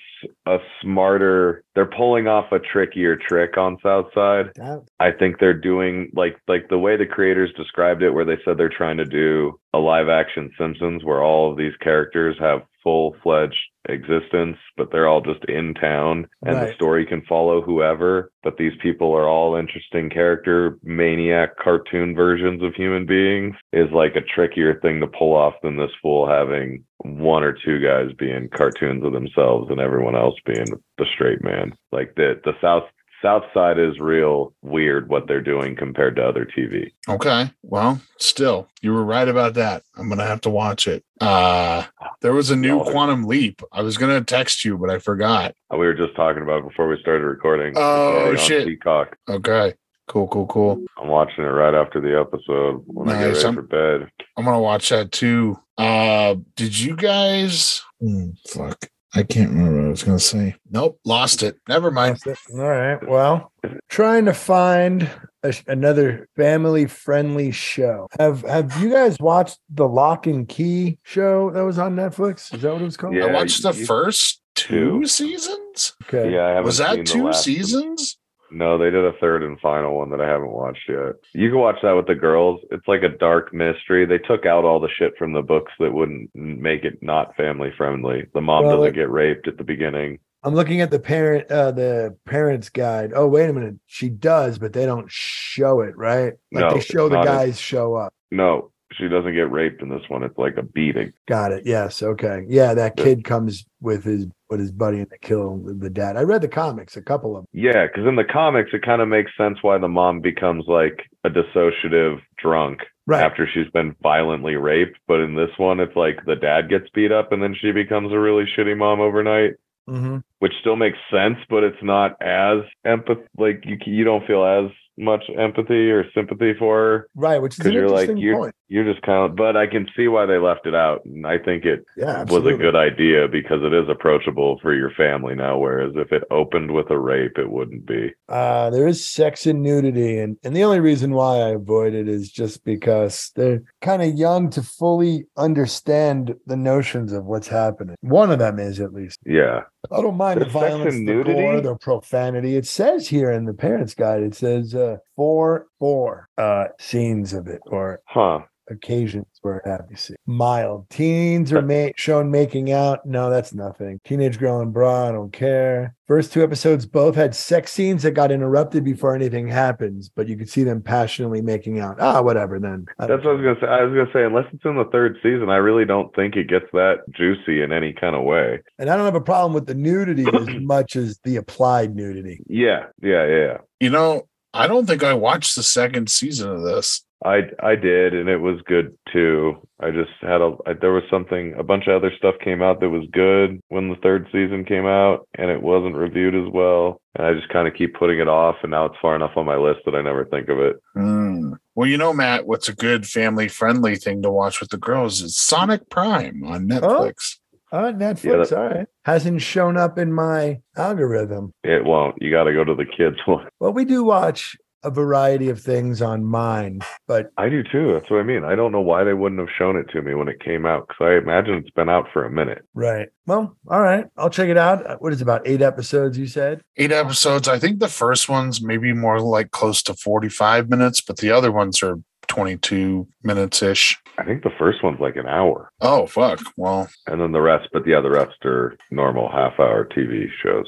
a smarter they're pulling off a trickier trick on southside
That-
i think they're doing like like the way the creators described it where they said they're trying to do a live action simpsons where all of these characters have full fledged existence, but they're all just in town and the
Right.
story can follow whoever. But these people are all interesting character, maniac cartoon versions of human beings is like a trickier thing to pull off than this fool having one or two guys being cartoons of themselves and everyone else being the straight man. Like the the South South side is real weird what they're doing compared to other TV.
Okay. Well, still, you were right about that. I'm gonna have to watch it. Uh there was a new
Dollar.
quantum leap. I was gonna text you, but I forgot.
Uh, We were just talking about it before we started recording.
Oh,
It's already on
shit.
Peacock.
Okay. Cool, cool, cool.
I'm watching it right after the episode when I get ready
Nice. I'm-
for bed.
I'm gonna watch that too. Uh did you guys Hmm, fuck. I can't remember what I was gonna say. Nope, lost it. Never mind.
That's it. All right. Well, trying to find a, another family-friendly show. Have Have you guys watched the Lock and Key show that was on Netflix? Is that what it was called?
Yeah,
I watched the
you-
first two
Two.
seasons.
Okay.
Yeah, I haven't
Was
seen
that
the
two
last-
seasons?
No, they did a third and final one that I haven't watched yet. You can watch that with the girls. It's like a dark mystery. They took out all the shit from the books that wouldn't make it not family friendly. The mom
Well,
doesn't
it-
get raped at the beginning.
I'm looking at the parent uh the parents guide. Oh, wait a minute. She does, but they don't show it, right? Like
No,
they show
it's
the
not a-
guys show up.
No, she doesn't get raped in this one. It's like a beating.
Got it. Yes. Okay. Yeah, that
Yeah.
kid comes with his with his buddy and they kill the dad. I read the comics, a couple of them.
Yeah, because in the comics, it kind of makes sense why the mom becomes like a dissociative drunk
Right.
after she's been violently raped. But in this one, it's like the dad gets beat up and then she becomes a really shitty mom overnight.
Mm-hmm.
which still makes sense, but it's not as empath like you you don't feel as much empathy or sympathy for her.
Right, which is an
'Cause you're like,
interesting
you're-
point.
You're just kind of, but I can see why they left it out, and I think it
Yeah,
was a
absolutely.
good idea because it is approachable for your family now. Whereas if it opened with a rape, it wouldn't be.
Uh, there is sex and nudity, and and the only reason why I avoid it is just because they're kind of young to fully understand the notions of what's happening. One of them is at least.
Yeah,
I don't mind the
There's sex
violence,
and
the gore,
nudity?
the profanity. It says here in the parents' guide, it says uh, four four uh, scenes of it or
huh?
occasions where it happens. Mild teens are ma- shown making out. No, that's nothing. Teenage girl in bra. I don't care. First two episodes both had sex scenes that got interrupted before anything happens, but you could see them passionately making out. Ah, whatever. Then I don't
That's what I was gonna say. I was gonna say unless it's in the third season, I really don't think it gets that juicy in any kind of way.
And I don't have a problem with the nudity as
[CLEARS THROAT]
much as the applied nudity.
Yeah, yeah, yeah.
You know, I don't think I watched the second season of this.
I I did, and it was good too. I just had a I, there was something a bunch of other stuff came out that was good when the third season came out, and it wasn't reviewed as well. And I just kind of keep putting it off, and now it's far enough on my list that I never think of it.
Hmm. Well, you know, Matt, what's a good family friendly thing to watch with the girls is Sonic Prime on Netflix.
Oh, Netflix. all right. Hasn't shown up in my algorithm.
It won't. You got to go to the kids [LAUGHS] one.
Well, we do watch a variety of things on mine, but
I do too. That's what I mean. I don't know why they wouldn't have shown it to me when it came out because I imagine it's been out for a minute.
right. Well, all right. I'll check it out. Uh, What is it, about eight episodes? You said
Eight episodes. I think the first one's maybe more like close to 45 minutes, but the other ones are 22 minutes ish.
I think the first one's like an hour,
Oh, fuck. Well,
and then the rest. But the other rest are normal half-hour TV shows.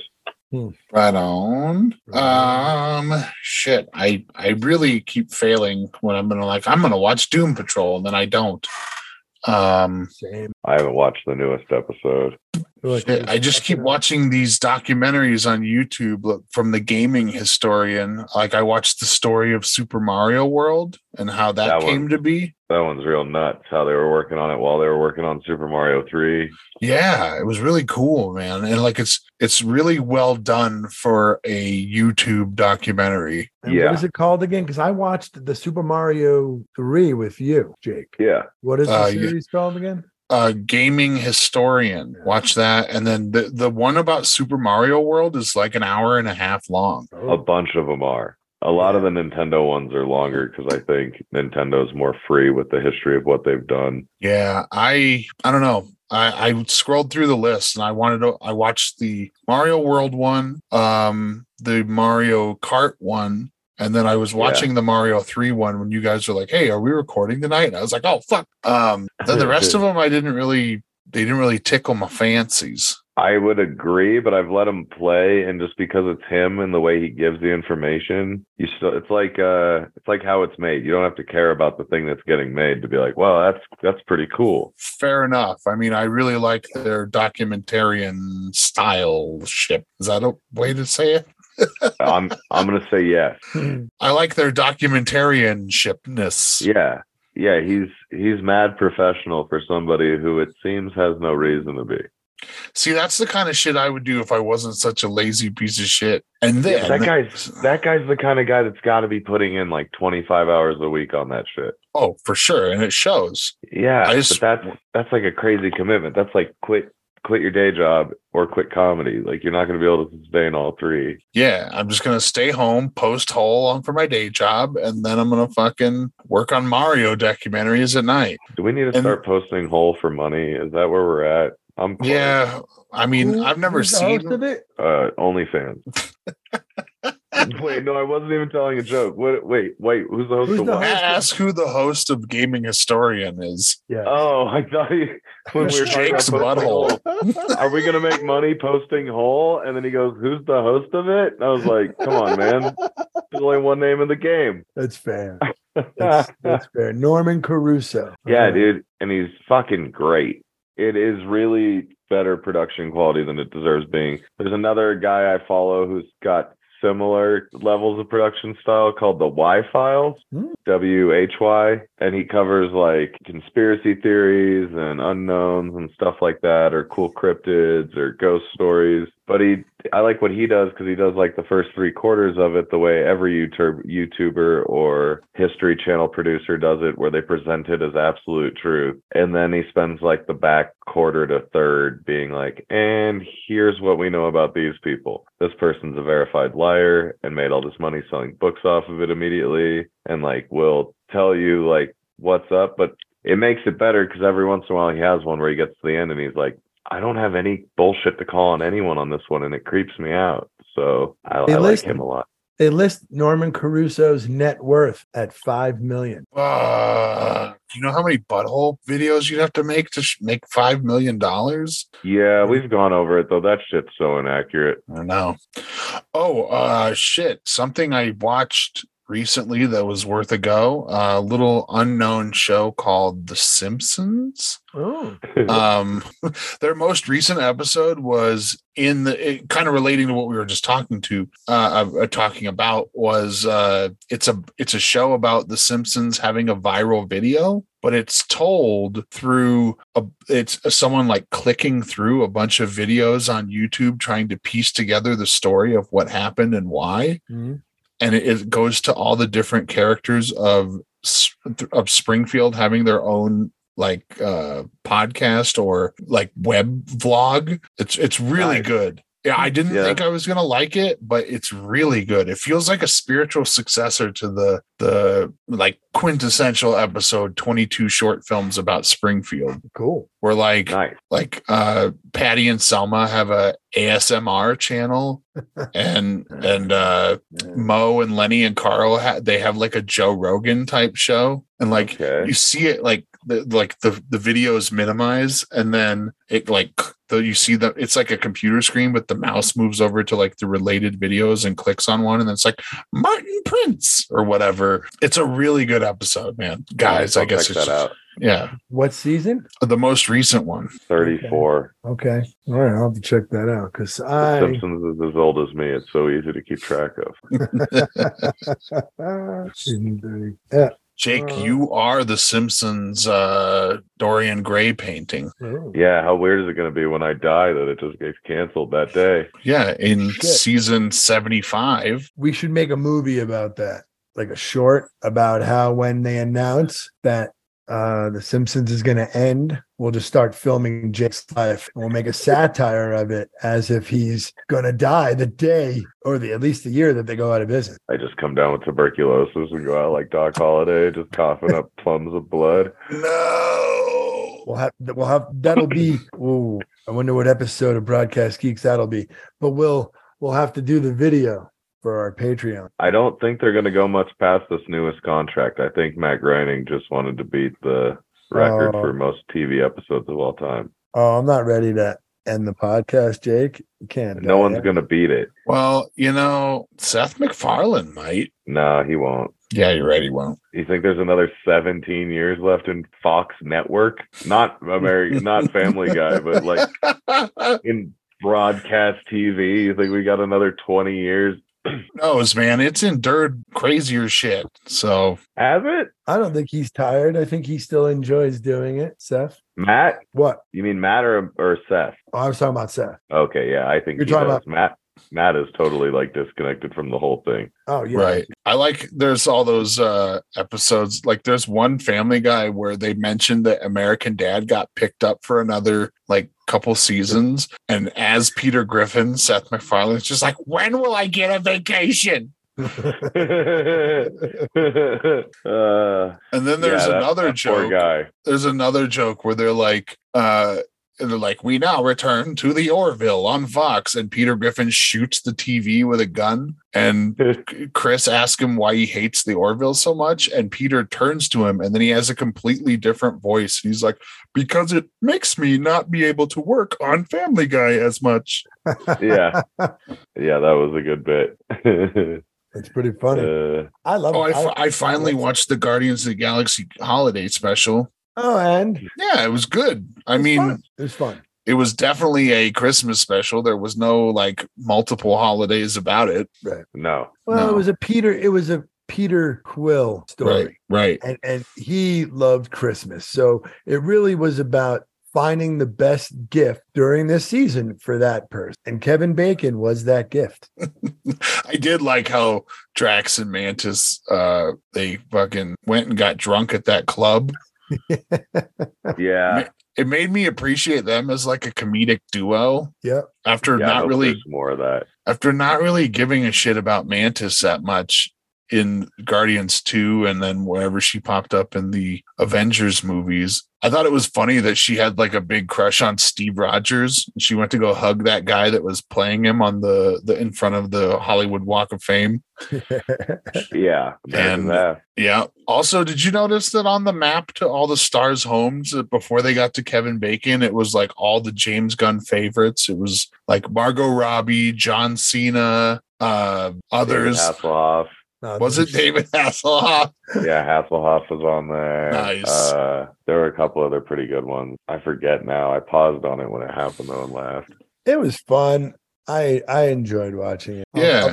Right on. Um, shit. I I really keep failing when I'm gonna like I'm gonna watch Doom Patrol and then I don't. Um,
same.
I haven't watched the newest episode.
Look,
shit, I just keep watching these documentaries on YouTube look, from the gaming historian. Like I watched the story of Super Mario World and how that,
That
came
one.
to be.
That one's real nuts how they were working on it while they were working on Super Mario 3.
Yeah, it was really cool, man. And like it's it's really well done for a YouTube documentary.
And
Yeah.
What is it called again? Because I watched the Super Mario three with you, Jake.
Yeah.
What is the
Uh, yeah.
series called again?
uh gaming historian watch that and then the the one about super mario world is like an hour and a half long
A bunch of them are. A lot of the Nintendo ones are longer because I think Nintendo's more free with the history of what they've done.
yeah i i don't know i i scrolled through the list and i wanted to i watched the mario world one um the mario kart one and then i was watching the mario 3 one when you guys were like hey are we recording tonight and i was like oh fuck um then the rest of them i didn't really they didn't really tickle my fancies.
I would agree, but I've let him play, and just because it's him and the way he gives the information, you still it's like uh it's like how it's made. You don't have to care about the thing that's getting made to be like, well, that's that's pretty cool.
Fair enough. I mean, I really like their documentarian style ship. Is that a way to say it?
I'm I'm gonna say yes.
I like their documentarian shipness.
Yeah. Yeah, he's he's mad professional for somebody who it seems has no reason to be.
See, that's the kind of shit I would do if I wasn't such a lazy piece of shit. And then
that guy's that guy's the kind of guy that's got to be putting in like 25 hours a week on that shit.
oh, for sure, and it shows.
Yeah,
I just-
but that's that's like a crazy commitment. That's like quit quit your day job or quit comedy. Like you're not going to be able to sustain all three.
Yeah, I'm just gonna stay home, post hole on for my day job, and then I'm gonna fucking work on Mario documentaries at night.
Do we need to
And-
start posting whole for money? Is that where we're at? I'm close.
Yeah, I mean,
Who-
I've never
who's the host
seen.
of it.
uh, OnlyFans.
[LAUGHS]
wait, no, I wasn't even telling a joke. What? Wait, wait. Who's the host
Who's
of
the
what?
I asked who the host of Gaming Historian is.
Yeah.
Oh, I thought you. When we were talking
Jake's
about posting
butthole.
whole. Are we gonna make money posting whole? And then he goes, "Who's the host of it?" And I was like, "Come on, man! There's only one name in the game." [LAUGHS]
That's fair. That's, that's fair. Norman Caruso. Uh,
Yeah,
Okay.
dude. And he's fucking great. It is really better production quality than it deserves being. There's another guy I follow who's got similar levels of production style called the Y Files,
Hmm.
W H Y, and he covers like conspiracy theories and unknowns and stuff like that, or cool cryptids or ghost stories. But he, I like what he does because he does like the first three quarters of it the way every YouTuber, YouTuber or History Channel producer does it, where they present it as absolute truth, and then he spends like the back quarter to third being like, "And here's what we know about these people. This person's a verified liar and made all this money selling books off of it immediately, and like will tell you like what's up." But it makes it better because every once in a while he has one where he gets to the end and he's like. I don't have any bullshit to call on anyone on this one, and it creeps me out. So I,
Hey,
I like
listen.
him a lot.
They list Norman Caruso's net worth at five million.
Uh, you know how many butthole videos you'd have to make to sh- make five million dollars?
Yeah, we've gone over it though. That shit's so inaccurate.
I don't know. Oh, uh, shit! Something I watched recently that was worth a go. A little unknown show called The Simpsons.
Oh,
um [LAUGHS] their most recent episode was in the it, kind of relating to what we were just talking to uh, uh talking about was uh it's a it's a show about the simpsons having a viral video but it's told through a, it's someone like clicking through a bunch of videos on youtube trying to piece together the story of what happened and why and it, it goes to all the different characters of S- of Springfield having their own like uh podcast or like web vlog. It's it's really
Nice.
good. Yeah, I didn't
Yeah.
think I was gonna like it, but it's really good. It feels like a spiritual successor to the the like quintessential episode twenty two short films about Springfield,
cool.
where like
nice.
like uh Patty and Selma have a
[LAUGHS]
ASMR channel and and uh Mo and Lenny and Carl ha- they have like a Joe Rogan type show and like
Okay.
you see it like the like the the videos minimize and then it like though you see that it's like a computer screen but the mouse moves over to like the related videos and clicks on one and then it's like Martin Prince or whatever it's a really good episode man guys I
I'll
guess
check
it's
that out.
yeah
What season?
the most recent one
Thirty-four.
Okay, all right. I'll have to check that out because
The
I
Simpsons is as old as me. It's so easy to keep track of.
season thirty. Yeah.
Jake,
Uh,
you are the Simpsons uh, Dorian Gray painting.
Oh.
Yeah, how weird is it going to be when I die that it just gets canceled that day?
Yeah, in
Shit.
season 75.
We should make a movie about that, like a short about how when they announce that uh The Simpsons is going to end, we'll just start filming Jake's life and we'll make a satire of it as if he's going to die the day or the at least the year that they go out of business.
I just come down with tuberculosis and go out like Doc Holliday, just coughing up plums of blood.
No.
We'll have we'll have that'll be. ooh, I wonder what episode of Broadcast Geeks that'll be. But we'll we'll have to do the video for our Patreon.
I don't think they're going to go much past this newest contract. I think Matt Groening just wanted to beat the record
Oh.
for most TV episodes of all time.
Oh, I'm not ready to end the podcast, Jake. You can't.
No one's gonna beat it.
Well, you know, Seth MacFarlane might.
Nah, he won't.
Yeah, you're right. He won't.
You think there's another 17 years left in Fox Network? Not
[LAUGHS]
American, not Family Guy, but like
[LAUGHS]
in broadcast TV. You think we got another 20 years?
knows, man? It's endured crazier shit. So
Have it?
I don't think he's tired. I think he still enjoys doing it. Seth,
Matt?
what?
You mean Matt or, or Seth?
Oh, I was talking about Seth.
Okay, yeah, I think
You're
he
talking
does. Matt. Matt is totally like disconnected from the whole thing.
Oh, yeah.
right. I like there's all those uh episodes. Like there's one family guy where they mentioned that American Dad got picked up for another like couple seasons. And as Peter Griffin, Seth MacFarlane's just like, when will I get a vacation?
uh,
And then there's
yeah, that-
another
that
joke.
Poor guy.
there's another joke where they're like uh and they're like we now return to the orville on fox and peter griffin shoots the tv with a gun [LAUGHS] and C- chris asks him why he hates the orville so much and peter turns to him and then he has a completely different voice he's like because it makes me not be able to work on family guy as much
Yeah,
[LAUGHS]
yeah, that was a good bit. [LAUGHS]
It's pretty funny.
Uh,
I love
oh I
it.
fi- I finally
watched.
watched the guardians of the galaxy holiday special
Oh, and
yeah it was good i
It's
mean
fun. it was fun.
it was definitely a Christmas special. There was no like multiple holidays about it.
no,
[LAUGHS]
Well, it
No.
was a Peter. It was a Peter Quill story,
Right.
and and he loved Christmas, so it really was about finding the best gift during this season for that person. And Kevin Bacon was that gift.
Right. I did like how Drax and Mantis uh they fucking went and got drunk at that club.
yeah,
It made me appreciate them as like a comedic duo.
Yep.
After
yeah, I
not
hope
really
there's more of that.
after not really giving a shit about Mantis that much in Guardians 2 and then wherever she popped up in the Avengers movies. I thought it was funny that she had like a big crush on Steve Rogers. She went to go hug that guy that was playing him on the the in front of the Hollywood Walk of Fame.
Yeah, imagine
And-
that.
Yeah. Also, did you notice that on the map to all the stars' homes uh, before they got to Kevin Bacon, it was like all the James Gunn favorites. It was like Margot Robbie, John Cena, uh
David
others.
Hasselhoff.
No,
Was it
this-
David Hasselhoff?
Yeah, Hasselhoff was on there.
Nice.
Uh, there were a couple other pretty good ones. I forget now. I paused on it when it happened though and laughed.
It was fun. I I enjoyed watching it. I'll-
Yeah.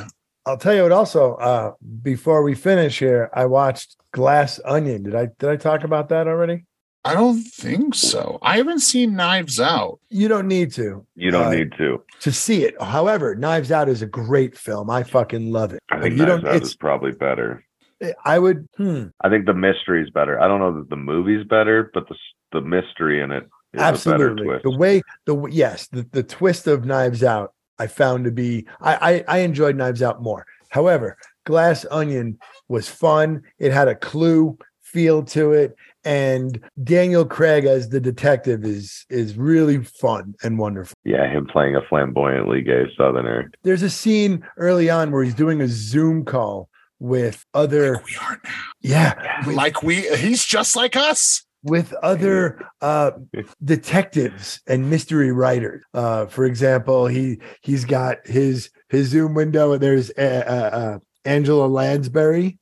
I'll, I'll tell you what. Also, uh, before we finish here, I watched Glass Onion. Did I did I talk about that already?
I don't think so. I haven't seen Knives Out.
You don't need to.
You don't
Uh,
need to.
to see it. However, Knives Out is a great film. I fucking love it.
I think
you
Knives
don't.
Out is
It's.
probably better.
I would. Hmm,
I think the mystery is better. I don't know that the movie's better, but the s- the mystery in it is a
absolutely.
better
The
twist.
way the w- yes, the, the twist of Knives Out, I found to be. I, I I enjoyed Knives Out more. However, Glass Onion was fun. It had a clue feel to it, and Daniel Craig as the detective is is really fun and wonderful.
Yeah, him playing a flamboyantly gay Southerner.
There's a scene early on where he's doing a Zoom call with other.
We are now.
Yeah, Wait.
Like we he's just like us.
with other uh, detectives and mystery writers. Uh, for example, he he's got his his Zoom window, and there's uh, uh, uh, Angela Lansbury.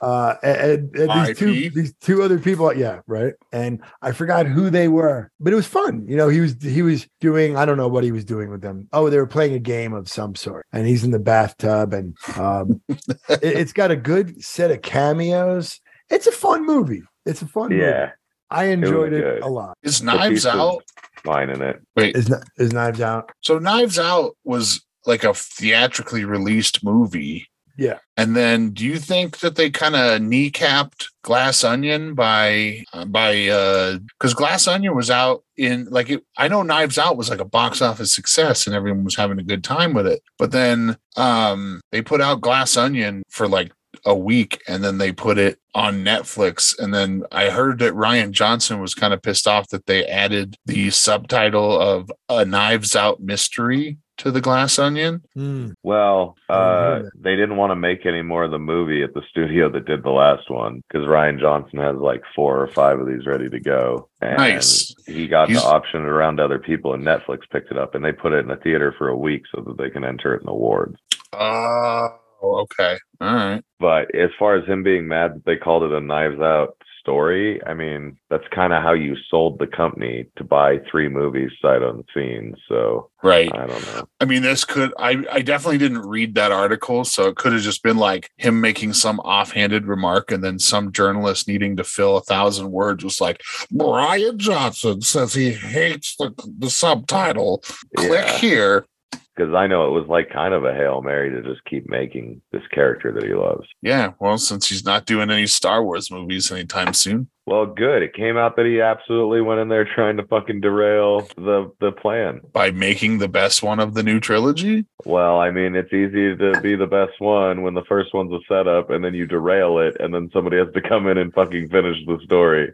Uh, and, and these two
R.I.P..
these two other people, yeah, right. And I forgot who they were, but it was fun. You know, he was he was doing I don't know what he was doing with them. Oh, they were playing a game of some sort, and he's in the bathtub, and um, it, it's got a good set of cameos. It's a fun movie. It's a fun movie.
Yeah,
I enjoyed it,
good.
a lot.
Is
The
Knives
piece of
Out?
Mine in it.
Wait.
Is Kn- is Knives Out?
So Knives Out was like a theatrically released movie.
Yeah.
And then do you think that they kind of kneecapped Glass Onion by by uh cuz Glass Onion was out in like it, I know Knives Out was like a box office success and everyone was having a good time with it. But then um they put out Glass Onion for like a week and then they put it on Netflix. And then I heard that Ryan Johnson was kind of pissed off that they added the subtitle of A Knives Out Mystery to the glass onion?
Mm.
Well,
I remember
uh, they didn't want to make any more of the movie at the studio that did the last one because Ryan Johnson has like four or five of these ready to go. And
Nice.
He got
He's-
the option around to other people, and Netflix picked it up and they put it in the theater for a week so that they can enter it in awards.
Oh, okay. All right.
But as far as him being mad that they called it a Knives Out story, I mean, that's kind of how you sold the company to buy three movies sight unseen. So
Right.
I don't know.
I mean, this could, I, I definitely didn't read that article. So it could have just been like him making some offhanded remark and then some journalist needing to fill a thousand words was like, Brian Johnson says he hates the, the subtitle. Click
Yeah.
here.
Because I know it was like kind of a Hail Mary to just keep making this character that he loves.
Yeah. Well, since he's not doing any Star Wars movies anytime soon.
Well, good. It came out that he absolutely went in there trying to fucking derail the the plan.
By making the best one of the new trilogy,
Well, I mean, it's easy to be the best one when the first one's a setup, and then you derail it, and then somebody has to come in and fucking finish the story.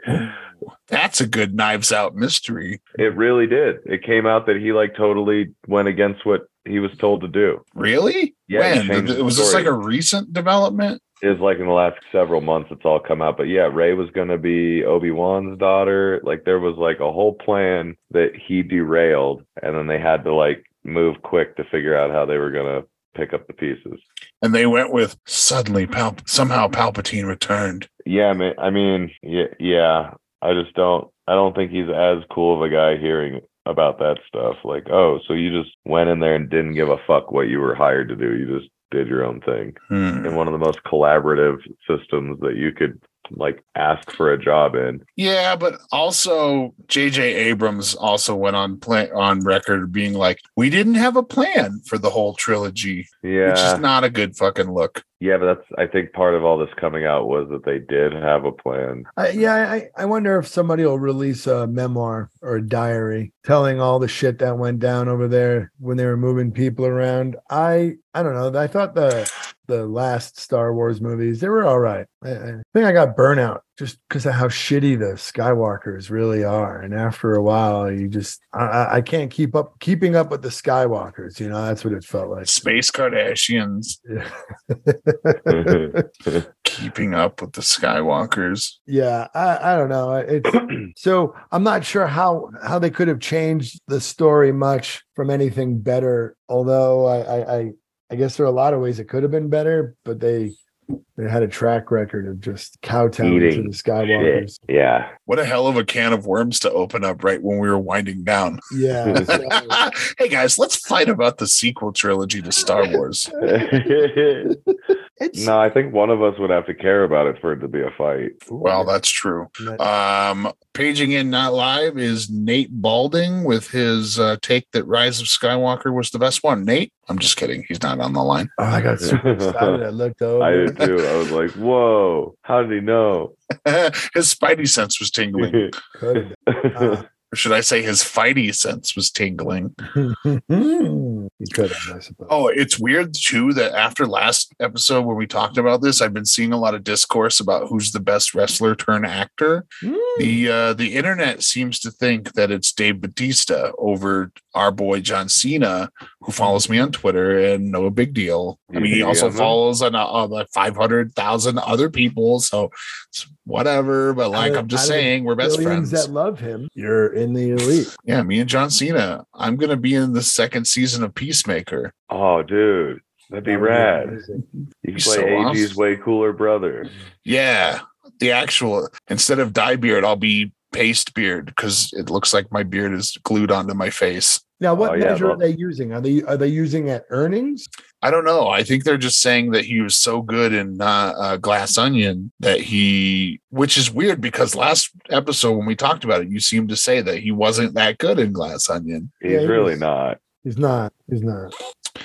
that's a good knives out mystery.
It really did. It came out that he like totally went against what he was told to do.
Really?
Yeah, he
when?
changed the
Was this
story.
like a recent development?
It's like in the last several months, it's all come out. But yeah, Ray was gonna be Obi Wan's daughter. Like there was like a whole plan that he derailed, and then they had to like move quick to figure out how they were gonna pick up the pieces.
And they went with suddenly Pal- somehow Palpatine returned.
Yeah, I mean, I mean, yeah, yeah. I just don't. I don't think he's as cool of a guy hearing about that stuff. Like, oh, so you just went in there and didn't give a fuck what you were hired to do. You just did your own thing.
Hmm.
in one of the most collaborative systems that you could like ask for a job in.
Yeah, but also J.J. Abrams also went on plan- on record being like, "We didn't have a plan for the whole trilogy," which
Yeah.
is not a good fucking look.
yeah, but that's I think part of all this coming out was that they did have a
[LAUGHS]
plan.
I, yeah, I, I wonder if somebody will release a memoir or a diary telling all the shit that went down over there when they were moving people around. I I don't know. I thought the the last Star Wars movies they were all right. I, I think I got burnout just because of how shitty the Skywalkers really are. And after a while, you just I- I, I can't keep up keeping up with the Skywalkers. You know, that's what it felt like.
Space Kardashians keeping up with the Skywalkers.
yeah i i don't know
[CLEARS THROAT]
it's so i'm not sure how how they could have changed the story much from anything better although i i i, I guess there are a lot of ways it could have been better but they they had a track record of just kowtowing to
Eating
the skywalkers
[LAUGHS] yeah.
What a hell of a can of worms to open up right when we were winding down. [LAUGHS]
yeah so-
hey guys, let's fight about the sequel trilogy to Star Wars.
no,
it's
I think one of us would have to care about it for it to be a fight.
Well, that's true. Um, paging in not live is Nate Balding with his uh, take that Rise of Skywalker was the best one. Nate, I'm just kidding. He's not on the line. [LAUGHS]
oh, i got super excited i looked over
I did too. I was like, whoa, how did he know?
his Spidey sense
[LAUGHS]
was tingling.
Could've- [LAUGHS] uh, [LAUGHS]
Or should I say his Fighty sense was tingling?
Mm, you could have i suppose
Oh, it's weird too that after last episode when we talked about this, I've been seeing a lot of discourse about who's the best wrestler turn actor.
Mm, Hmm.
The uh, the internet seems to think that it's Dave Batista over our boy John Cena, who
Hmm.
follows me on Twitter, and no big deal. I mean, he
Yeah,
also
man.
follows on uh, uh, like five hundred thousand other people, so it's whatever. But like,
of-
I'm just
out of the
saying, we're best
Billions
friends.
that love him you're in the elite
yeah, me and John Cena. I'm gonna be in the second season of Peacemaker.
[LAUGHS] oh, dude, that'd be
That would
rad.
amazing.
You could
He's
play
so
AG's
awesome.
way cooler brother.
Yeah, the actual instead of dye beard, I'll be paste beard because it looks like my beard is glued onto my face.
Now, what
Oh, yeah,
measure are
well-
they using? Are they are they using at earnings?
I don't know. I think they're just saying that he was so good in uh, uh, Glass Onion that he, which is weird because last episode when we talked about it, you seemed to say that he wasn't that good in Glass Onion.
He's
Yeah, he
really
was-
not.
He's not. He's not.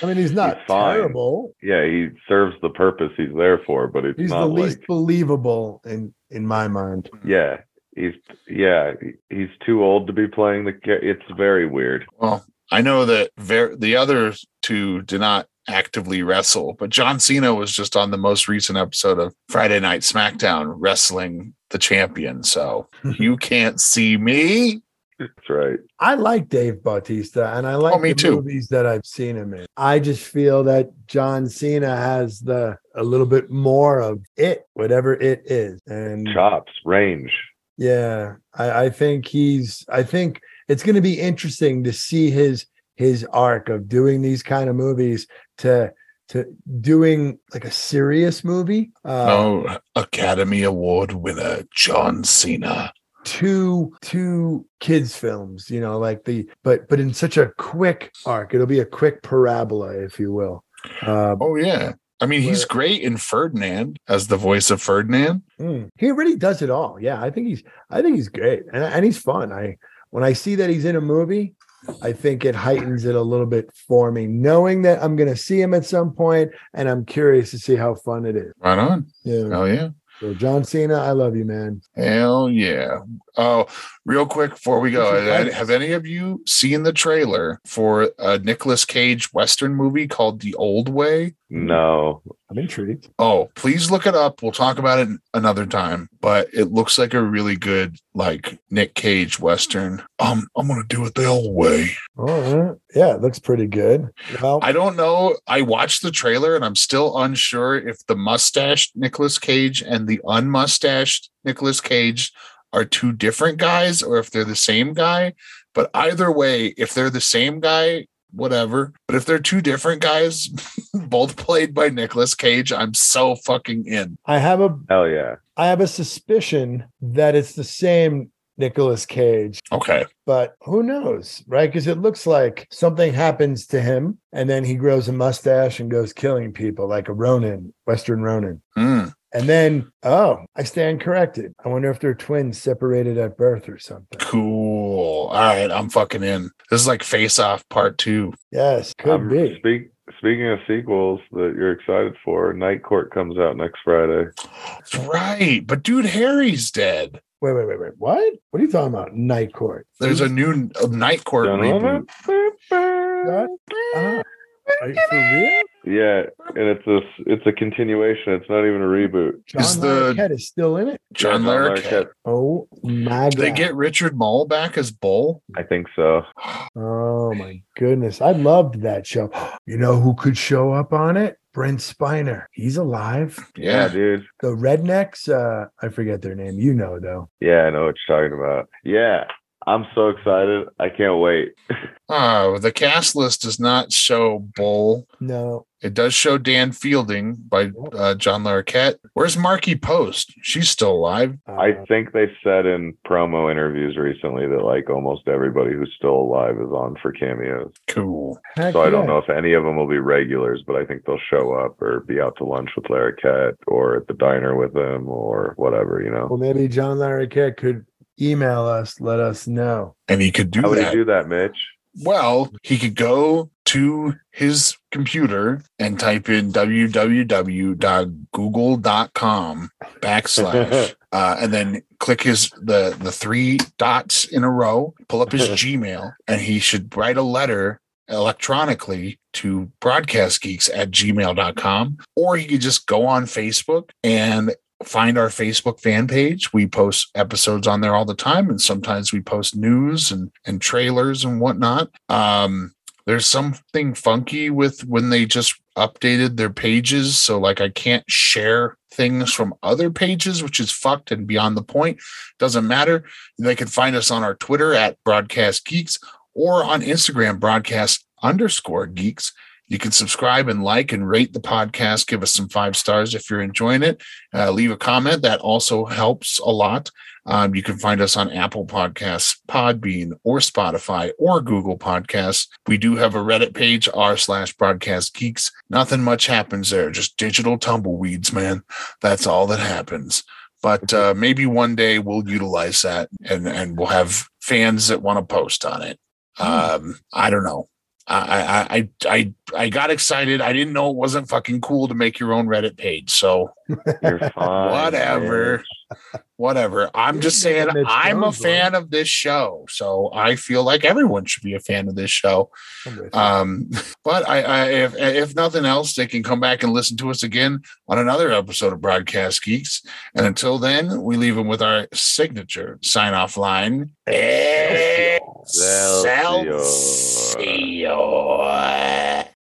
I mean, he's not
He's fine.
terrible.
yeah, he serves the purpose he's there for, but it's
He's the
not like
least believable in in my mind.
yeah, he's yeah, he's too old to be playing the. ca- It's very weird.
Well, I know that ver- the other two did not actively wrestle, but John Cena was just on the most recent episode of Friday
[LAUGHS]
Night SmackDown wrestling the champion. So you can't see me.
That's right.
I like Dave Bautista, and I like
Oh, me
the
too.
movies that I've seen him in. I just feel that John Cena has the a little bit more of it, whatever it is, and
Mm.
Chops, range.
yeah, I, I think he's. I think it's going to be interesting to see his his arc of doing these kind of movies to to doing like a serious movie. Uh,
oh, Academy Award winner John Cena.
two two kids films you know like the but but in such a quick arc it'll be a quick parabola if you will uh
Oh yeah. I mean, he's
Where-
great in Ferdinand as the voice of Ferdinand.
mm, he really does it all yeah i think he's i think he's great and, and he's fun i when i see that he's in a movie i think it heightens it a little bit for me knowing that i'm going to see him at some point and i'm curious to see how fun it is
Right on.
yeah
Hell yeah.
so john cena i love you man
Hell yeah. Oh, real quick before we go,
What's your
I-
life?
have any of you seen the trailer for a Nicolas Cage Western movie called The Old Way?
No.
i'm intrigued
Oh, please look it up. We'll talk about it another time. But it looks like a really good, like Nick Cage Western. Um, I'm gonna do it the old way.
all right yeah it looks pretty good well
I don't know. I watched the trailer and I'm still unsure if the mustached Nicolas Cage and the unmustached Nicolas Cage are two different guys or if they're the same guy. But either way, if they're the same guy, whatever. But if they're two different guys, [LAUGHS] both played by Nicolas Cage, I'm so fucking in.
i have a
Hell yeah.
I have a suspicion that it's the same Nicolas Cage,
Okay.
but who knows, right? Because it looks like something happens to him and then he grows a mustache and goes killing people like a Ronin, Western Ronin.
Mm.
And then, oh, I stand corrected. I wonder if they're twins separated at birth or something.
Cool. All right. I'm fucking in. This is like Face Off Part Two.
Yes, could
Um,
be.
Speak, speaking of sequels that you're excited for, Night Court comes out next Friday.
That's right. But dude, Harry's dead.
Wait, wait, wait, wait. What? What are you talking about? Night Court.
There's a new uh, Night Court reboot.
What? Ah, are you for real?
Yeah, and it's a it's a continuation. It's not even a reboot.
John
Is the-
Larroquette is still in it.
John
Yeah,
Larroquette.
Oh my god.
They get Richard Mole back as Bull.
I think so.
Oh my goodness. I loved that show. [GASPS] You know who could show up on it? Brent Spiner. He's alive.
Yeah,
Yeah.
dude.
The rednecks, uh, I forget their name. You know though.
Yeah, I know what you're talking about. Yeah, I'm so excited. I can't wait.
Oh, the cast list does not show Bull.
No.
It does show Dan Fielding by uh, John Larroquette. Where's Marky Post? She's still alive.
uh,
I think they said in promo interviews recently that like almost everybody who's still alive is on for cameos.
Cool.
heck
So I don't
yeah.
know if any of them will be regulars, but I think they'll show up or be out to lunch with Larry Cat or at the diner with him or whatever, you know.
Well, maybe John Larroquette could email us, let us know.
And he could do
How would
that.
you do that, Mitch?
well, he could go to his computer and type in www.google.com backslash uh, and then click his the the three dots in a row pull up his gmail and he should write a letter electronically to broadcastgeeks at gmail.com or he could just go on facebook and find our facebook fan page we post episodes on there all the time and sometimes we post news and and trailers and whatnot um there's something funky with when they just updated their pages so like i can't share things from other pages which is fucked and beyond the point doesn't matter they can find us on our twitter at broadcast geeks or on instagram broadcast underscore geeks you can subscribe and like and rate the podcast give us some five stars if you're enjoying it uh, leave a comment that also helps a lot um, you can find us on Apple Podcasts, Podbean, or Spotify, or Google Podcasts. We do have a Reddit page, r slash broadcast geeks. Nothing much happens there, just digital tumbleweeds, man. That's all that happens. But uh, maybe one day we'll utilize that, and and we'll have fans that want to post on it. Um, I don't know. I, I I I I got excited. I didn't know it wasn't fucking cool to make your own Reddit page. So
You're fine.
Whatever. whatever. I'm just
You're
saying
making Mitch
I'm a
Jones,
fan of this show. So I feel like everyone should be a fan of this show.
I'm with you.
Um, [LAUGHS] but I, I if if nothing else, they can come back and listen to us again on another episode of Broadcast Geeks. And until then, we leave them with our signature sign off line.
Excelsior.
Excelsior.